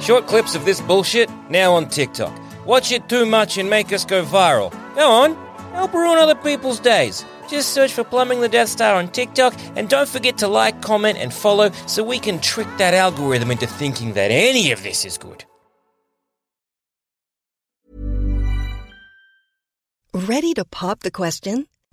Short clips of this bullshit now on TikTok. Watch it too much and make us go viral. Go on, help ruin other people's days. Just search for Plumbing the Death Star on TikTok and don't forget to like, comment, and follow so we can trick that algorithm into thinking that any of this is good. Ready to pop the question?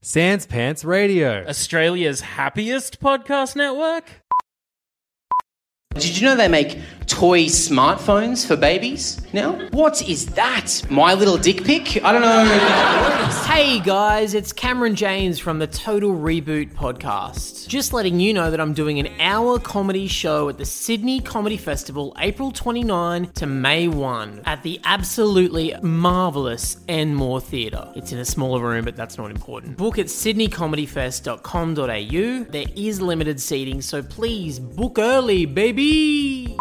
Sans Pants Radio. Australia's happiest podcast network? Did you know they make toy smartphones for babies now? What is that? My little dick pic? I don't know. Hey guys, it's Cameron James from the Total Reboot podcast. Just letting you know that I'm doing an hour comedy show at the Sydney Comedy Festival April 29 to May 1 at the absolutely marvellous Enmore Theatre. It's in a smaller room, but that's not important. Book at sydneycomedyfest.com.au. There is limited seating, so please book early, baby! Hey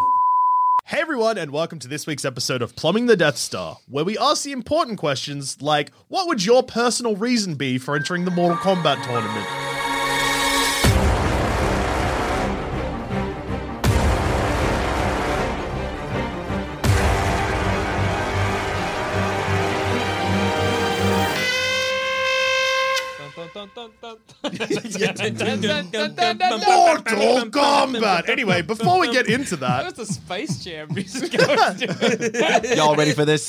everyone, and welcome to this week's episode of Plumbing the Death Star, where we ask the important questions like what would your personal reason be for entering the Mortal Kombat tournament? Mortal Kombat! Anyway, before we get into that, That was the Space Jam music I was doing. Y'all ready for this?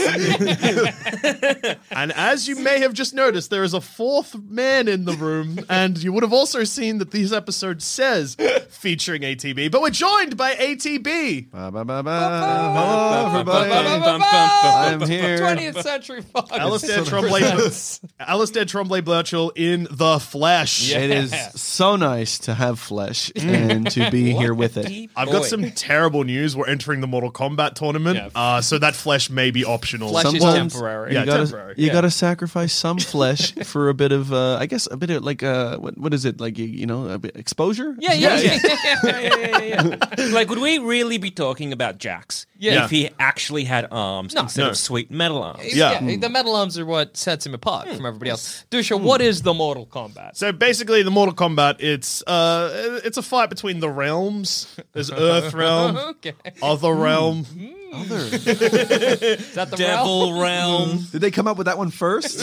And as you may have just noticed, there is a fourth man in the room, and you would have also seen that this episode says featuring ATB, but we're joined by ATB. Ba, ba, ba, ba. Hello, everybody. I'm here. 20th Century Fox. Alistair Tremblay, Alistair Tremblay Birchall in the flesh. It is so nice to have flesh and to be here with it. I've got some terrible news. We're entering the Mortal Kombat tournament, uh, so that flesh may be optional. Flesh is Sometimes temporary. Yeah, You gotta, temporary. you gotta sacrifice some flesh for a bit of, uh, I guess, a bit of like, uh, what, what is it? Like, you, you know, a bit exposure? Yeah, yeah, yeah. Like, would we really be talking about Jax Yeah. if he actually had arms instead No. of sweet metal arms? yeah. Yeah. The metal arms are what sets him apart from everybody else. Dusha, what is the Mortal Kombat? So basically, the Mortal Kombat it's uh, it's a fight between the realms. There's Earth realm, Okay. other realm. Is that the Devil realm, Did they come up with that one first?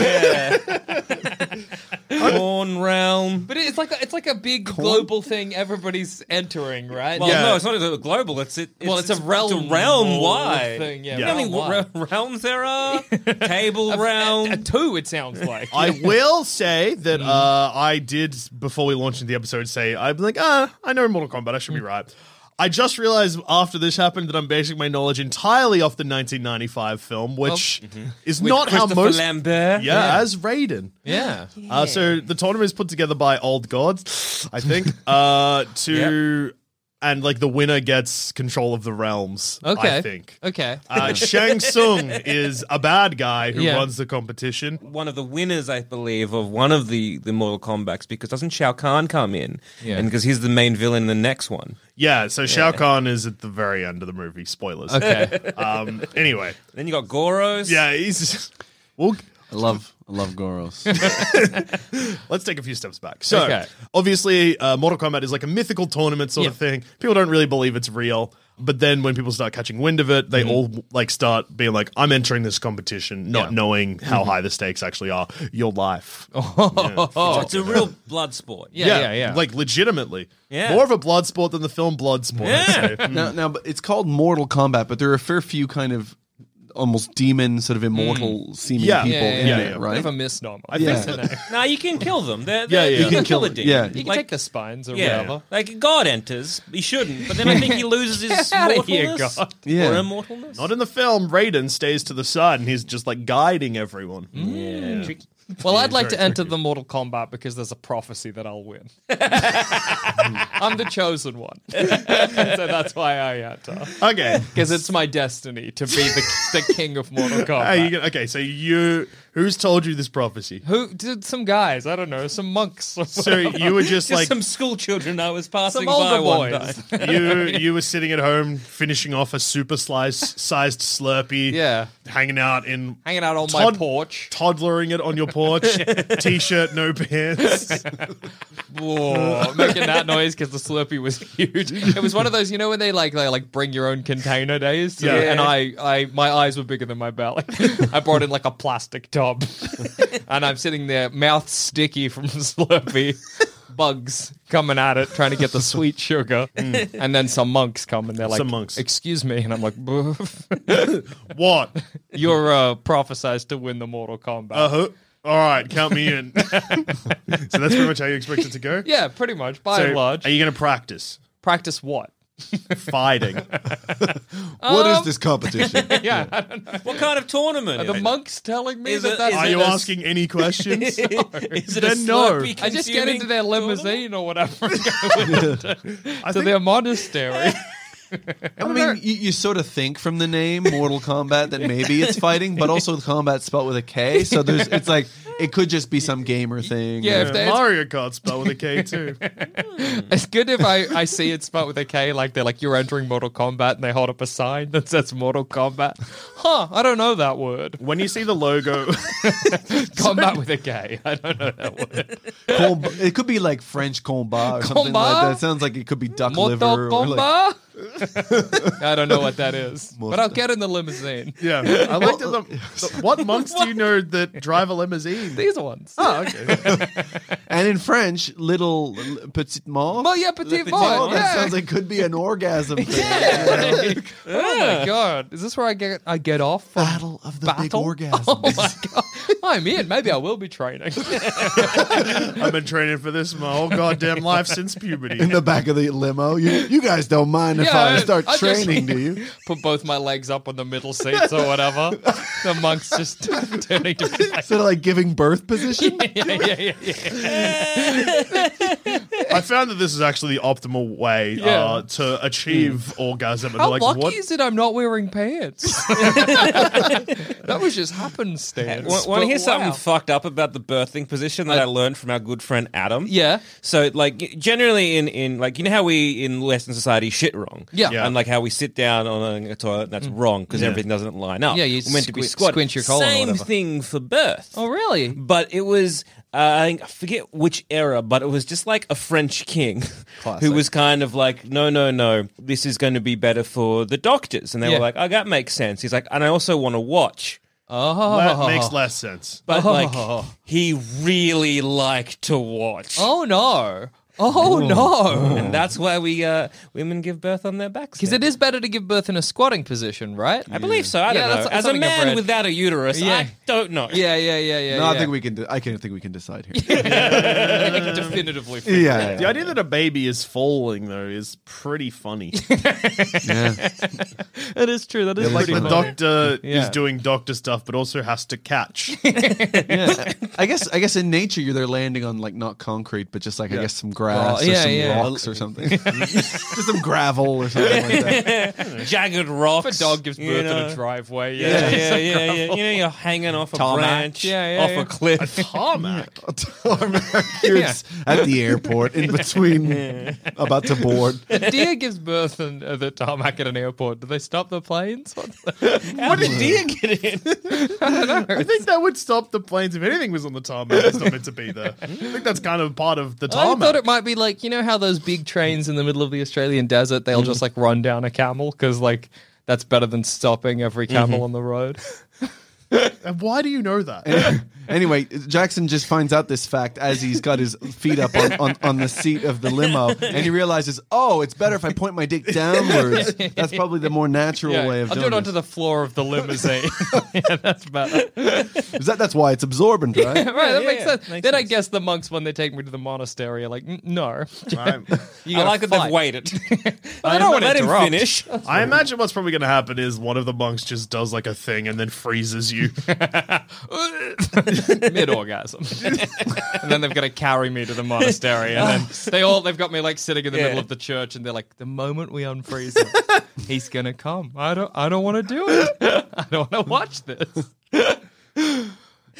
corn realm. But it's like a, it's like a big global thing everybody's entering, right? Well, Yeah. no, it's not a global. It's it. Well, it's a realm It's a realm wide thing, yeah, You know how many realm-wide. re- realms there are? Table A, a realm. two, it sounds like. I will say that Mm-hmm. uh, I did before we launched into the episode say I'm like ah I know Mortal Kombat I should Mm. be right. I just realized after this happened that I'm basing my knowledge entirely off the 1995 film, Oh. which Mm-hmm. is not how Christopher most Lambert. yeah, as Raiden. yeah. Uh, so the tournament is put together by old gods, I think, uh, to and like the winner gets control of the realms. Okay. I think. Okay. Uh, Shang Tsung is a bad guy who Yeah. runs the competition. one of the winners, I believe, of one of the, the Mortal Kombat's because doesn't Shao Kahn come in? Yeah. And because he's the main villain in the next one. Yeah, so Shao Kahn is at the very end of the movie. Spoilers. Okay. Um, anyway, Then you got Goros. yeah, he's. Well, I love, I love Goros. let's take a few steps back. So, Okay. obviously, uh, Mortal Kombat is like a mythical tournament sort of Yeah. thing. People don't really believe it's real. But then when people start catching wind of it, they Mm-hmm. all like start being like, I'm entering this competition, not knowing how Mm-hmm. high the stakes actually are. Your life. So Oh, it's a real blood sport. Yeah, Oh, yeah, yeah. Like legitimately. Yeah. More of a blood sport than the film Blood Sport. Yeah. No, no, but it's called Mortal Kombat, but there are a fair few kind of almost demon, sort of immortal seeming Yeah. people yeah, in yeah, there, yeah. Bit right? of a misnomer. I think Yeah. so. Now you can kill them. They're, Yeah, they're- yeah. You You can can kill a kill demon. yeah. You can Like- take the spines or Yeah. whatever. Like God enters, he shouldn't, but then I think he loses his outta here, mortalness God. Yeah. or immortalness. Not in the film, Raiden stays to the side and he's just like guiding everyone. Mm. Well, I'd like to enter the Mortal Kombat because there's a prophecy that I'll win. I'm the chosen one, so that's why I enter Okay. because it's my destiny to be the, the king of Mortal Kombat. Are you gonna- okay, so you who's told you this prophecy? Who did some guys? I don't know, some monks. Or So you were just, Just like some school children I was passing Some by older one boys. day. you you were sitting at home finishing off a super slice sized Slurpee. Yeah. Hanging out in hanging out on Todd- my porch. toddlering it on your porch, t shirt, no pants. Whoa, making that noise because the Slurpee was huge. It was one of those, you know, when they like they like bring your own container days. Yeah. And I, I, my eyes were bigger than my belly. I brought in like a plastic tub, and I'm sitting there, mouth sticky from Slurpee, bugs coming at it, trying to get the sweet sugar, and then some monks come and they're like, Mm. Some monks. "Excuse me," and I'm like, "Boof. What? "You're uh, prophesized to win the Mortal Kombat." Uh-huh. All right, count me in. so that's pretty much how you expect it to go. Yeah, pretty much by So and large. Are you going to practice Practice what? fighting? What is this competition? Yeah, I don't know. What kind of tournament? Are the monks telling me Is that it- that's Are you that's- asking any questions? is it a Then no. Slurpee I just get consuming into their tournament? limousine or whatever, I to think- their monastery. I mean, you, you sort of think from the name Mortal Kombat that maybe it's fighting, but also the combat spelled with a K. So there's, it's like it could just be some gamer thing. Yeah, or- if they, it's, Mario Kart spell with a K too. it's good if I, I see it's spelled with a K, like they're like you're entering Mortal Kombat, and they hold up a sign that says Mortal Kombat. Huh? I don't know that word. when you see the logo, Combat with a K. I don't know that word. Comb- it could be like French combat or something like Combat? that. It sounds like it could be duck Mortal liver. Or like, Kombat. I don't know what that is, but I'll get in the limousine. yeah, I like the, the- what monks do you know that drive a limousine? These ones. and in French, little petit mort. Well, yeah, petit Petit Vol, Oh, that yeah. sounds like could be an orgasm. Thing. Like, oh my god! Is this where I get I get off? From Battle of the big battle? orgasm. Oh my god! I'm in. Maybe I will be training. I've been training for this my whole goddamn life since in puberty. the back of the limo. You, you guys don't mind if Yeah, I start I just- training, do you? Put both my legs up on the middle seats or whatever. The monks just turning to me like, Sort of like giving birth position. yeah, yeah, yeah, yeah. I found that this is actually the optimal way Yeah. uh, to achieve orgasm. And How like, lucky what? is it I'm not wearing pants? that was just happenstance. Want, want to but hear something wow. fucked up about the birthing position that I learned from our good friend Adam? Yeah. So, like, generally in, in like, you know how we in Western society shit wrong? Yeah. Mm. Yeah. And, like, how we sit down on a toilet and that's wrong because everything doesn't line up. Yeah, you We're meant to be squi- squatted. squint your colon or Same whatever. thing for birth. Oh really? But it was, uh, I think- I forget which era, but it was just like a French king who was kind of like, no, no, no, this is going to be better for the doctors. And they Yeah. were like, oh, that makes sense. He's like, and I also want to watch. Oh, That makes less sense. But like he really liked to watch, oh no! Oh no! and that's why we uh, women give birth on their backs. Because now. it is better to give birth in a squatting position, right? I believe so. I Yeah, don't that's know. As a something I've man read. without a uterus, Yeah. I don't know. Yeah, yeah, yeah, yeah. No, I yeah. think we can. De- I can think we can decide here. definitively. yeah, yeah, The idea that a baby is falling though is pretty funny. yeah. That is true. That is like pretty the funny. doctor is Yeah. doing doctor stuff, but also has to catch. I guess. I guess in nature, you're they're landing on like not concrete, but just like I guess some grass Oh, yeah, or some yeah. rocks or something. Just some gravel or something like that. Jagged rocks. If a dog gives birth you in know. a driveway, yeah. Yeah, yeah, yeah, yeah. You know, you're hanging off a branch, Yeah, yeah, off yeah. a cliff. Tarmac. Tarmac. You're s- At the airport, in between, about to board. A deer gives birth in uh, the tarmac at an airport. Do they stop the planes? What the- How did deer get in? I think that would stop the planes if anything was on the tarmac. It's not meant to be there. I think that's kind of part of the I tarmac. thought it might be like you know how those big trains in the middle of the Australian desert they'll just like run down a camel because like that's better than stopping every camel on the road. And Why do you know that? Anyway, Jackson just finds out this fact as he's got his feet up on, on, on the seat of the limo, and he realizes, oh, it's better if I point my dick downwards. That's probably the more natural Yeah, way of I'll do doing it onto this. the floor of the limousine. yeah, that's better. Is that, that's why it's absorbent, right, right? that yeah, makes yeah, sense. makes then I sense. guess the monks, when they take me to the monastery, are like, "N- no. Right. You I gotta like that they've fight." waited. I I don't don't wanna let him interrupt. finish. I imagine what's probably going to happen is one of the monks just does like a thing and then freezes you. mid orgasm, and then they've got to carry me to the monastery, and then they all they've got me like sitting in the Yeah. middle of the church, and they're like, the moment we unfreeze him, he's gonna come. I don't, I don't want to do it. I don't want to watch this.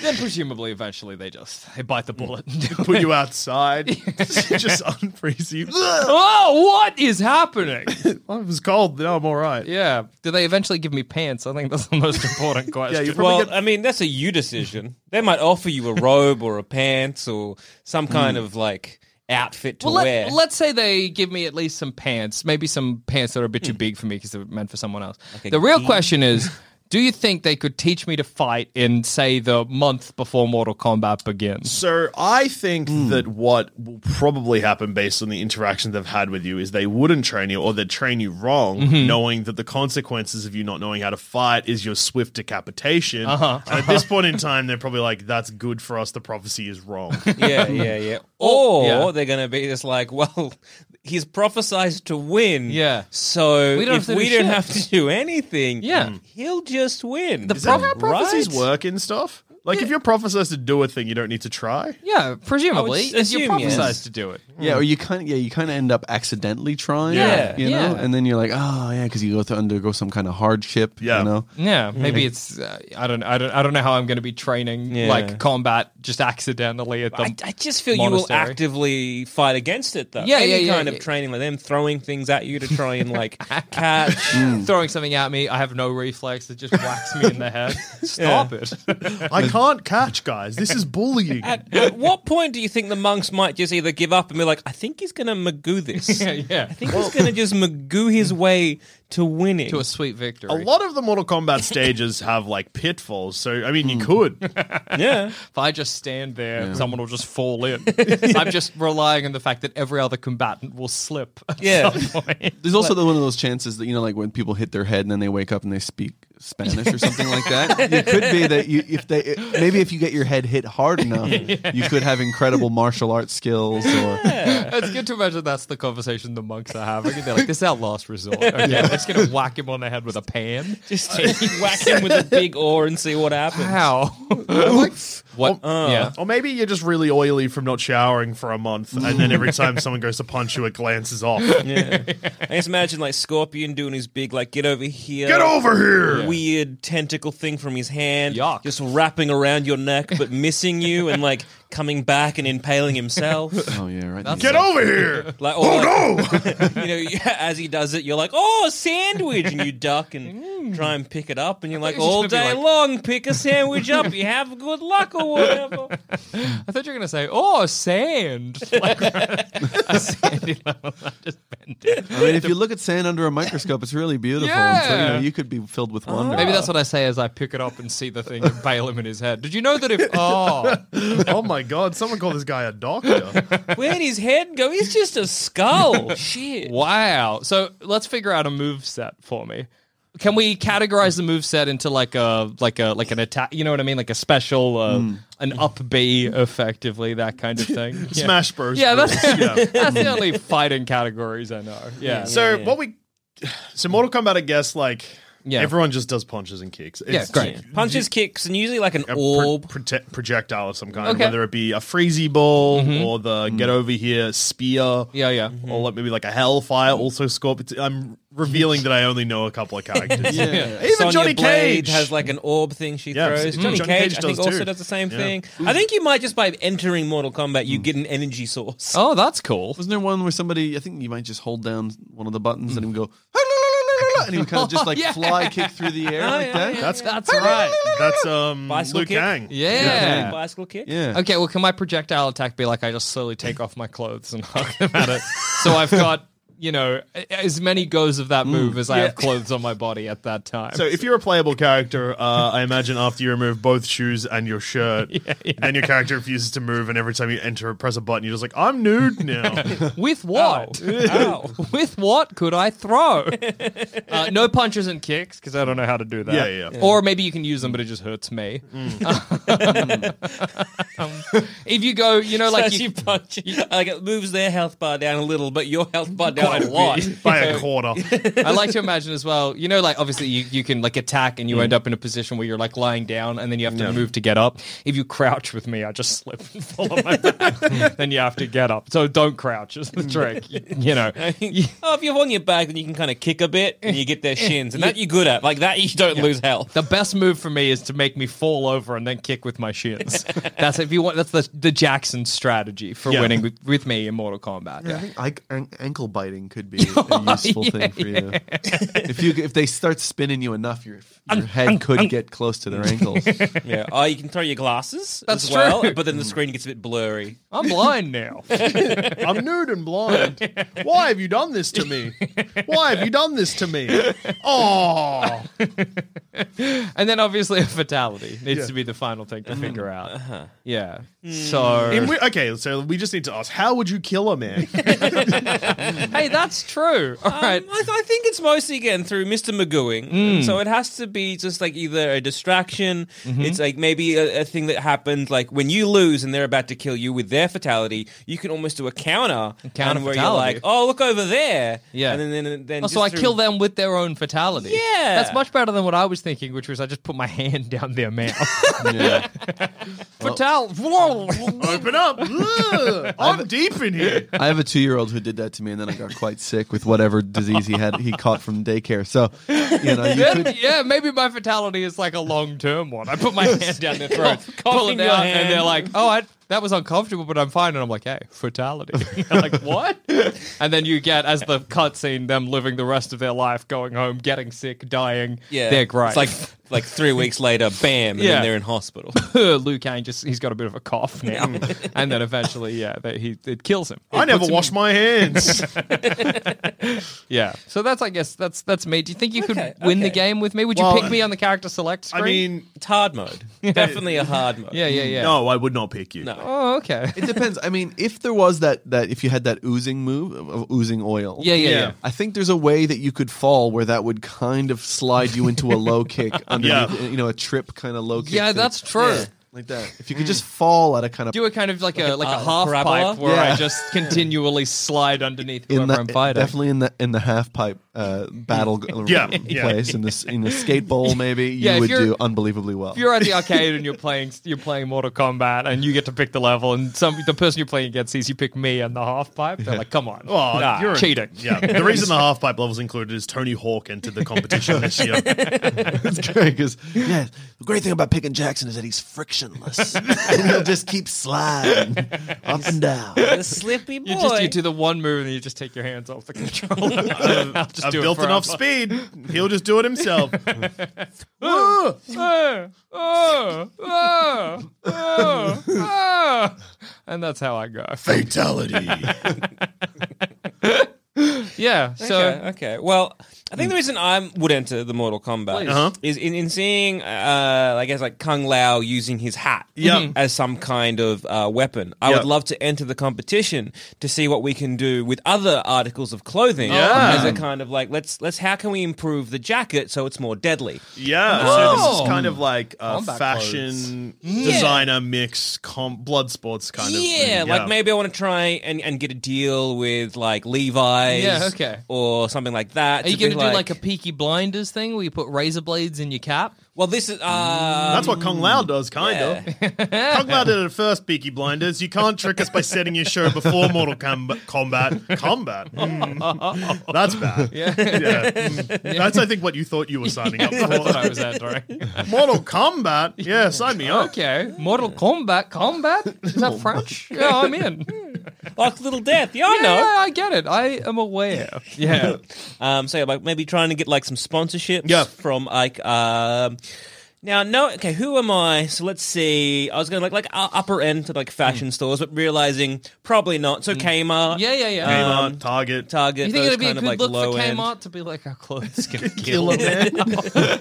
then presumably, eventually, they just they bite the bullet. And do Put it. you outside, just unfreeze you. oh, what is happening? Well, it was cold. Now I'm all right. yeah, do they eventually give me pants? I think that's the most important question. you're probably Well, get- I mean, that's a you decision. They might offer you a robe or a pants or some kind of like outfit to Well, wear. let, let's say they give me at least some pants, maybe some pants that are a bit too Hmm. big for me because they're meant for someone else. a the real gi? question is, do you think they could teach me to fight in, say, the month before Mortal Kombat begins? So I think that what will probably happen based on the interaction they've had with you is they wouldn't train you or they'd train you wrong, knowing that the consequences of you not knowing how to fight is your swift decapitation. And at this point in time, they're probably like, that's good for us. The prophecy is wrong. yeah, yeah, yeah. Or yeah. they're going to be just like, well, he's prophesized to win. Yeah. So We don't have if to do we don't shit. have to do anything, Yeah. Mm. he'll just win. The Is that how prophecies work and stuff. Like if your prophet says to do a thing, you don't need to try. Yeah, presumably, I would if you're assume yes. prophesized to do it. Yeah, or you kind of yeah, you kind of end up accidentally trying. Yeah. you know, Yeah. and then you're like, oh yeah, because you go to undergo some kind of hardship. Yeah. you know, Yeah, Hmm. maybe it's uh, I don't I don't I don't know how I'm going to be training Yeah. like combat just accidentally at the I, I just feel you monastery. will actively fight against it, though. Yeah, Any yeah, yeah, kind yeah. of training, like them throwing things at you to try and like catch. throwing something at me. I have no reflex. It just whacks me in the head. Stop it. I can't catch, guys. This is bullying. At, at what point do you think the monks might just either give up and be like, I think he's going to magoo this? yeah, yeah. I think he's going to just magoo his way to winning. to a sweet victory. A lot of the Mortal Kombat stages have like pitfalls, so I mean, you could. yeah. If I just stand there, someone will just fall in. I'm just relying on the fact that every other combatant will slip. at Yeah. some point. there's also the, one of those chances that you know, like when people hit their head and then they wake up and they speak Spanish or something like that. It could be that you if they maybe if you get your head hit hard enough, you could have incredible martial arts skills. Or it's good to imagine that's the conversation the monks are having. And they're like, "This is our last resort. Okay, we're just gonna whack him on the head with a pan." Just whack him with a big oar and see what happens. How? what? Uh. yeah. or maybe you're just really oily from not showering for a month, and then every time someone goes to punch you, it glances off. I just imagine like Scorpion doing his big like get over here, Get over here! weird tentacle thing from his hand, Yuck. just wrapping around your neck but missing you and like coming back and impaling himself. oh yeah, right. That's- yeah. Get over here! Like oh no, you know you- as he does it, you're like oh a sandwich and you duck Mm. and try and pick it up and you're like it was just all gonna be day like- long pick a sandwich up. You have good luck or whatever. I thought you were gonna say, "Oh, sand." Like, a sandy level. I just bend it. I mean, if you look at sand under a microscope, it's really beautiful. And so, you, know, Yeah. Uh-huh. you could be filled with wonder. Maybe that's what I say as I pick it up and see the thing and bail him in his head. Did you know that if oh oh my god! Someone call this guy a doctor. Where'd his head go? He's just a skull. Shit. Wow. So let's figure out a move set for me. Can we categorize the move set into like a like a like an attack? You know what I mean? Like a special, uh, an up B, effectively that kind of thing. Yeah. Smash Bros. Yeah, that's, rules, yeah. that's the only fighting categories I know. Yeah. So what we, so Mortal Kombat, I guess, like Yeah. Everyone just does punches and kicks. It's great. Punches, kicks, and usually like an A pro- orb. prote- projectile of some kind, Okay. Mm-hmm. whether it be a freezy ball or the get over here spear. Yeah, yeah. Or like maybe like a hellfire, also scorpion. I'm revealing that I only know a couple of characters. Even Sonya Johnny Blade Cage has like an orb thing she Yeah, throws. mm. Johnny, Johnny Cage, Cage I think, does also too. does the same Yeah. Mm. thing. I think you might just by entering Mortal Kombat, you get an energy source. Oh, that's cool. Wasn't there one where somebody? I think you might just hold down one of the buttons and it would go, and he would kind of just like fly kick through the air like that. That's That's right. that's um Bicycle Luke kick. Kang. Yeah. Bicycle kick. Yeah. Okay, well, can my projectile attack be like I just slowly take off my clothes and hug them at it? So I've got, you know, a- as many goes of that move as I have clothes on my body at that time. So if you're a playable character, uh, I imagine after you remove both shoes and your shirt, then your character refuses to move, and every time you enter, press a button, you're just like, I'm nude now. With what? With what could I throw? Oh. uh, no punches and kicks because I don't know how to do that. Yeah, yeah, yeah. Or maybe you can use them, but it just hurts me. Mm. Um, if you go, you know, Like like she you, punch, like it moves their health bar down a little, but your health bar down Quite a a lot. bit. By a quarter. I like to imagine as well. You know, like obviously you, you can like attack Mm. and you end up in a position where you're like lying down and then you have to move to get up. If you crouch with me, I just slip and fall on my back. then you have to get up. So don't crouch is the trick. You know, Oh, if you're on your back, then you can kind of kick a bit and you get their shins, and that you're good at. Like that, you don't lose health. the best move for me is to make me fall over and then kick with my shins. that's if you want. That's the the Jackson strategy for Yeah. winning with, with me in Mortal Kombat. Yeah, I think an- ankle biting could be a useful thing for you. If you if they start spinning you enough, your your head could get close to their ankles. Yeah. Oh, you can throw your glasses That's as well, true. but then the screen gets a bit blurry. I'm blind now. I'm nude and blind. Why have you done this to me? Why have you done this to me? Oh, And then obviously a fatality needs to be the final thing to figure Uh-huh. out. Yeah. Hmm. So In wi- okay. So we just need to ask, how would you kill a man? hey, that's true. All right. Mm. Um, I, I think it's mostly again through Mr. Magooing. So it has to be just like either a distraction. Mm-hmm. It's like maybe a, a thing that happens like when you lose and they're about to kill you with their fatality. You can almost do a counter, counter and where you're fatality. like, oh, look over there. Yeah. And then then, then Oh, so just I through- kill them with their own fatality. Yeah. That's much better than what I was thinking, which was I just put my hand down their mouth. Yeah. Fatal. Oh. Whoa. Open up. Ugh, I'm deep in here. I have a two year old who did that to me, and then I got quite sick with whatever disease he had he caught from daycare. So you know you yeah, could. yeah, maybe my fatality is like a long term one. I put my hand down their throat, pull it your out, hand. and they're like, oh, I, that was uncomfortable, but I'm fine. And I'm like, hey, fatality. They're like, what? and then you get, as the cutscene, them living the rest of their life, going home, getting sick, dying. Yeah. They're great. It's like like three weeks later, bam, and Yeah. then they're in hospital. Liu Kang just he's got a bit of a cough now, and then eventually, yeah, they, he it kills him. I never wash my hands. Yeah, so that's I guess that's that's me. Do you think you could Okay, win the okay. game with me? Would you Well, pick me on the character select I screen? mean, It's hard mode. Definitely a hard mode. yeah, yeah, yeah. no, I would not pick you. No. Oh, okay. It depends. I mean, if there was that that if you had that oozing move of- of oozing oil, Yeah, yeah, yeah. Yeah. I think there's a way that you could fall where that would kind of slide you into a low kick underneath, you know, a trip kind of low kick. Yeah, thing, that's true. like that. If you could just fall at a kind of Do a kind of like, a like a uh, half parabola? pipe where I Yeah. just continually slide underneath whoever in the, I'm fighting. definitely in the in the half pipe uh, battle g- Yeah, yeah. place in the in the skate bowl maybe you Yeah, if would you're- do unbelievably well. If you're at the arcade and you're playing you're playing Mortal Kombat and you get to pick the level and some the person you're playing against sees you pick me and the half pipe, they're like, come on. Oh, Nah, you're cheating. Yeah, the reason the half pipe level's included is Tony Hawk entered the competition this year. It's great because yeah, the great thing about picking Jackson is that he's frictionless. and he'll just keep sliding up and down. The slippy boy. You just you do the one move and then you just take your hands off the controller. I'll just I've do it built forever. enough speed. He'll just do it himself. Oh, oh, oh, oh, oh, oh. And that's how I go. Fatality. Yeah. So okay, okay. Well, I think the reason I would enter the Mortal Kombat Uh-huh. is in, in seeing, uh, I guess, like Kung Lao using his hat Yep. as some kind of uh, weapon. I Yep. would love to enter the competition to see what we can do with other articles of clothing Yeah. as a kind of like let's let's how can we improve the jacket so it's more deadly. Yeah, so this is kind of like a Combat fashion designer mix, com- blood sports kind of. Mm, thing. yeah, like maybe I want to try and, and get a deal with like Levi's, Yeah, okay. or something like that. are you to bring going to do like a Peaky Blinders thing where you put razor blades in your cap? well, this is uh, That's what Kung Lao does, Mm, kind of. Kung Lao did it at first, Peaky Blinders. You can't trick us by setting your show before Mortal Com- Kombat. Combat. Mm. That's bad. Yeah. Mm. That's, I think, what you thought you were signing up for. I was at during. Mortal Kombat? Yeah, sign me up. Okay, Mortal Kombat. Combat is that French? Yeah, I'm in. like Little Death. Yeah, I yeah, know. I get it. I am aware. Yeah, Um, so yeah, like maybe trying to get like some sponsorships Yeah. from like um, now no okay who am I? So let's see. I was going to like like uh, upper end to like Mm. fashion stores, but realizing probably not. So Kmart, yeah, yeah, yeah. Kmart, Target. Target. you think those it'd be a kind good of, like, look for low end. Kmart to be like our clothes gonna Kill kill? 'em, man.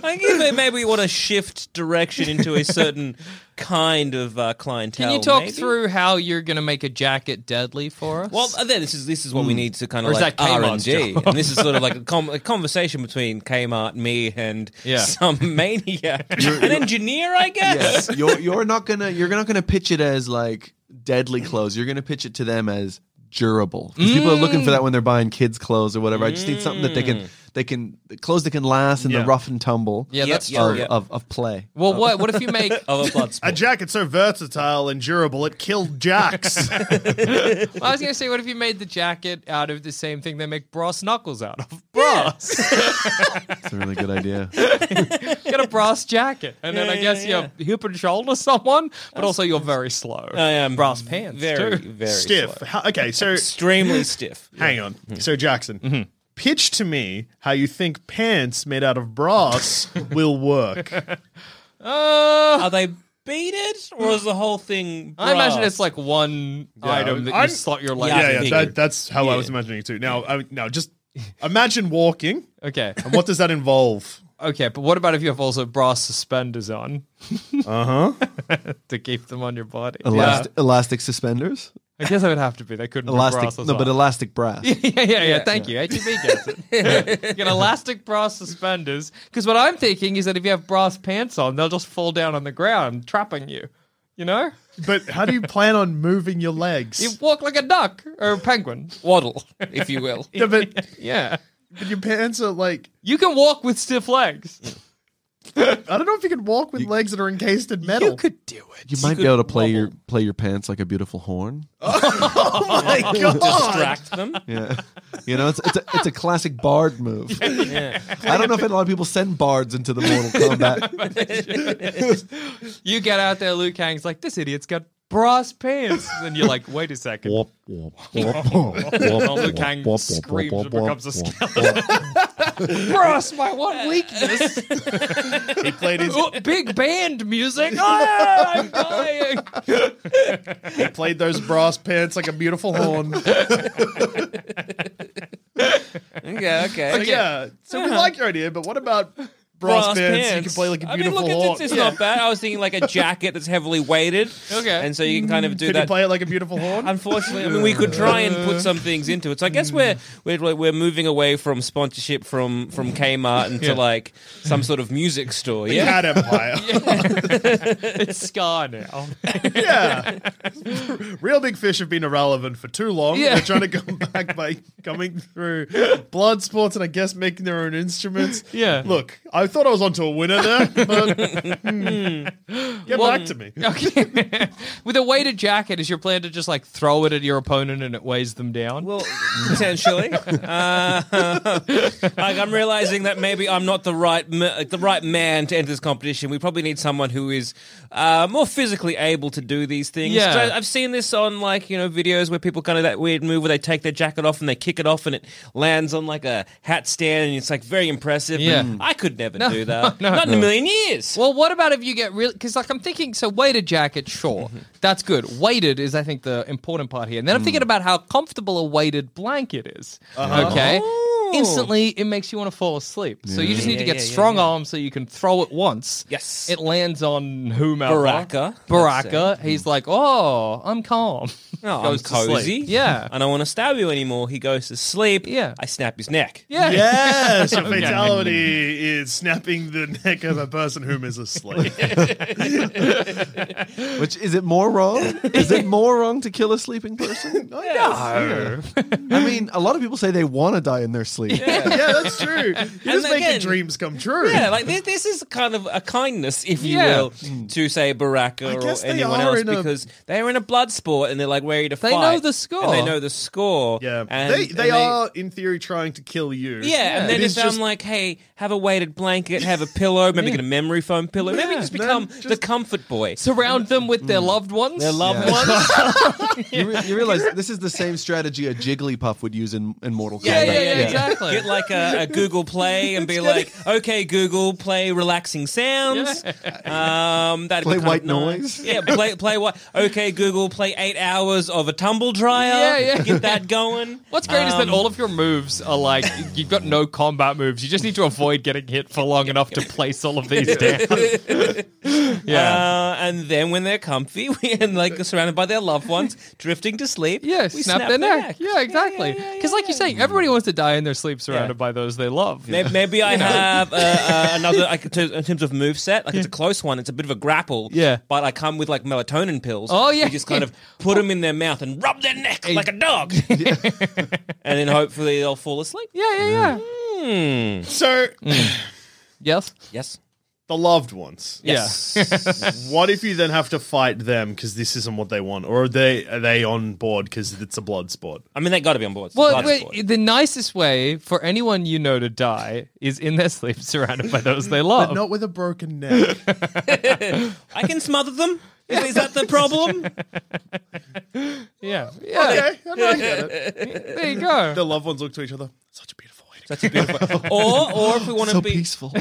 I think maybe- maybe we want to shift direction into a certain kind of uh, clientele. Can you talk maybe? through how you're gonna make a jacket deadly for us? Well, uh, then this is this is what we need to kind Mm. Or of is like that R and Kmart's D, job? and this is sort of like a, com- a conversation between Kmart, me, and Yeah. some maniac, an engineer, I guess. Yes, you're you're not gonna you're not gonna pitch it as like deadly clothes. You're gonna pitch it to them as durable. 'Cause People are looking for that when they're buying kids clothes or whatever. I just need something that they can they can clothes that can last in Yeah. the rough and tumble. Mm. Yeah, that's Yep, yep, of, yep. of of play. well, what what if you make? Of a blood sport. A jacket so versatile and durable it killed jacks. I was gonna say, what if you made the jacket out of the same thing they make brass knuckles out of? Brass. That's a really good idea. Get a brass jacket, and then I guess yeah, you're hip and shoulder someone, but also you're very slow. I am brass pants very, too. very Stiff. slow. How- Okay, so extremely stiff. hang on. Mm-hmm. So Jackson, pitch to me how you think pants made out of brass will work. Uh, Are they beaded, or is the whole thing? I imagine brass? it's like one item that I'm- you slot your leg. yeah, I yeah, think- that, that's how I was imagining it too. Now, I, now just imagine walking. Okay, And what does that involve? okay, but what about if you have also brass suspenders on? Uh-huh. uh huh. to keep them on your body. Elast- Elastic suspenders, Yeah. I guess I would have to be. They couldn't be elastic brass. or no, but something. elastic brass. yeah, yeah, yeah. Thank you. HEB gets it. Yeah. Get elastic brass suspenders. Because what I'm thinking is that if you have brass pants on, they'll just fall down on the ground, trapping you. You know, But how do you plan on moving your legs? you walk like a duck or a penguin, waddle, if you will. yeah, but, yeah, but your pants are like you can walk with stiff legs. I don't know if you can walk with legs that are encased in metal. You could do it. You might be able to play your play your pants like a beautiful horn. oh my god! distract them. Yeah, you know it's it's a, it's a classic bard move. I don't know if a lot of people send bards into the Mortal Kombat. You get out there, Luke Kang's like, this idiot's got brass pants. And you're like, wait a second. Oh, Luke Kang screams and becomes a skeleton. brass, my one weakness. He played his Oh, big band music. Ah, I'm dying. he played those brass pants like a beautiful horn. Okay, okay. But yeah, so we like your idea, but what about brass, pants? You can play like a beautiful I mean, look, horn. it's, it's Yeah. not bad. I was thinking like a jacket that's heavily weighted. Okay. and so you Uh. can kind of do Could you that. play it like a beautiful horn? Unfortunately, I mean, we could try and put some things into it. So I guess we're we're we're moving away from sponsorship from from Kmart into like some sort of music store. yeah. Yeah, Cat Empire. It's Scar now. yeah. Real big fish have been irrelevant for too long. Yeah. They're trying to come back by coming through blood sports and I guess making their own instruments. Yeah. Look, I thought I was onto a winner there, but hmm. get back to me. Okay. With a weighted jacket, is your plan to just like throw it at your opponent and it weighs them down? well, potentially. Uh, like I'm realizing that maybe I'm not the right ma- the right man to enter this competition. We probably need someone who is uh, more physically able to do these things. Yeah. So I've seen this on like you know videos where people kind of that weird move where they take their jacket off and they kick it off and it lands on like a hat stand and it's like very impressive. Yeah. And I could never do that. not in a million years. Well, what about if you get real? Because like I'm thinking, so weighted jacket, sure, Mm-hmm. that's good. Weighted is, I think, the important part here. And then I'm Mm. thinking about how comfortable a weighted blanket is. Uh-huh. Okay, instantly it makes you want to fall asleep. So you just need to Oh. Yeah, get yeah, yeah, strong yeah. arms so you can throw it once. Yes. it lands on whomever. Baraka, Baraka. He's like, oh, I'm calm. No, Oh, I'm Goes to sleep. cozy. Yeah. I don't want to stab you anymore. He goes to sleep. Yeah. I snap his neck. yeah. Yes, a fatality is snapping the neck of a person whom is asleep. Which is it more wrong? Is it more wrong to kill a sleeping person? No. I mean, a lot of people say they want to die in their sleep. yeah, that's true. You're just making again- dreams come true. Yeah, like this, this is kind of a kindness, if you Yeah. will, to say Baraka Mm. I guess or they anyone are else in a- because they are in a blood sport and they're like ready to They fight. know the score. And they know the score. Yeah. and they and they are in theory trying to kill you. Yeah, and then It if is I'm like, hey, have a weighted blanket, have a pillow, maybe get a memory foam pillow, maybe just man, become just- the comfort boy. Surround them with their loved ones. Mm. Their loved Yeah. ones. You, re- you realize this is the same strategy a Jigglypuff would use in, in Mortal Kombat. Yeah, yeah, yeah, exactly. Get like a, a Google Play and be like, okay, Google, play relaxing sounds. Um, that Play white noise. Yeah, play play what? Okay, Google, play eight hours of a tumble dryer. Yeah, yeah. Get that going. What's great is that Um, all of your moves are like you've got no combat moves. You just need to avoid getting hit for long enough to place all of these down. yeah. Uh, and then when they're comfy we- and like surrounded by their loved ones, drifting to sleep, yeah, we snap, their neck. Yeah, exactly. yeah, Because, yeah, like you're saying, everybody wants to die in their sleep surrounded Yeah. by those they love. Maybe, maybe I have uh, uh, another like, to, in terms of move set. Like it's a close one. It's a bit of a grapple. Yeah. but I come with like melatonin pills. Oh, yeah. you just kind of put them in their mouth and rub their neck like a dog, and then hopefully they'll fall asleep. Yeah, yeah, yeah. Hmm. so Yes. Yes. the loved ones. Yes. What if you then have to fight them because this isn't what they want, or are they are they on board because it's a blood sport? I mean, they got to be on board. It's Well, blood wait, sport. the nicest way for anyone you know to die is in their sleep surrounded by those they But love. not with a broken neck. I can smother them. Is, is that the problem? yeah. Yeah. okay, I know, I get it. There you go. The loved ones look to each other. Such a beautiful way. To That's a beautiful. Or, or if we want to So be, peaceful. or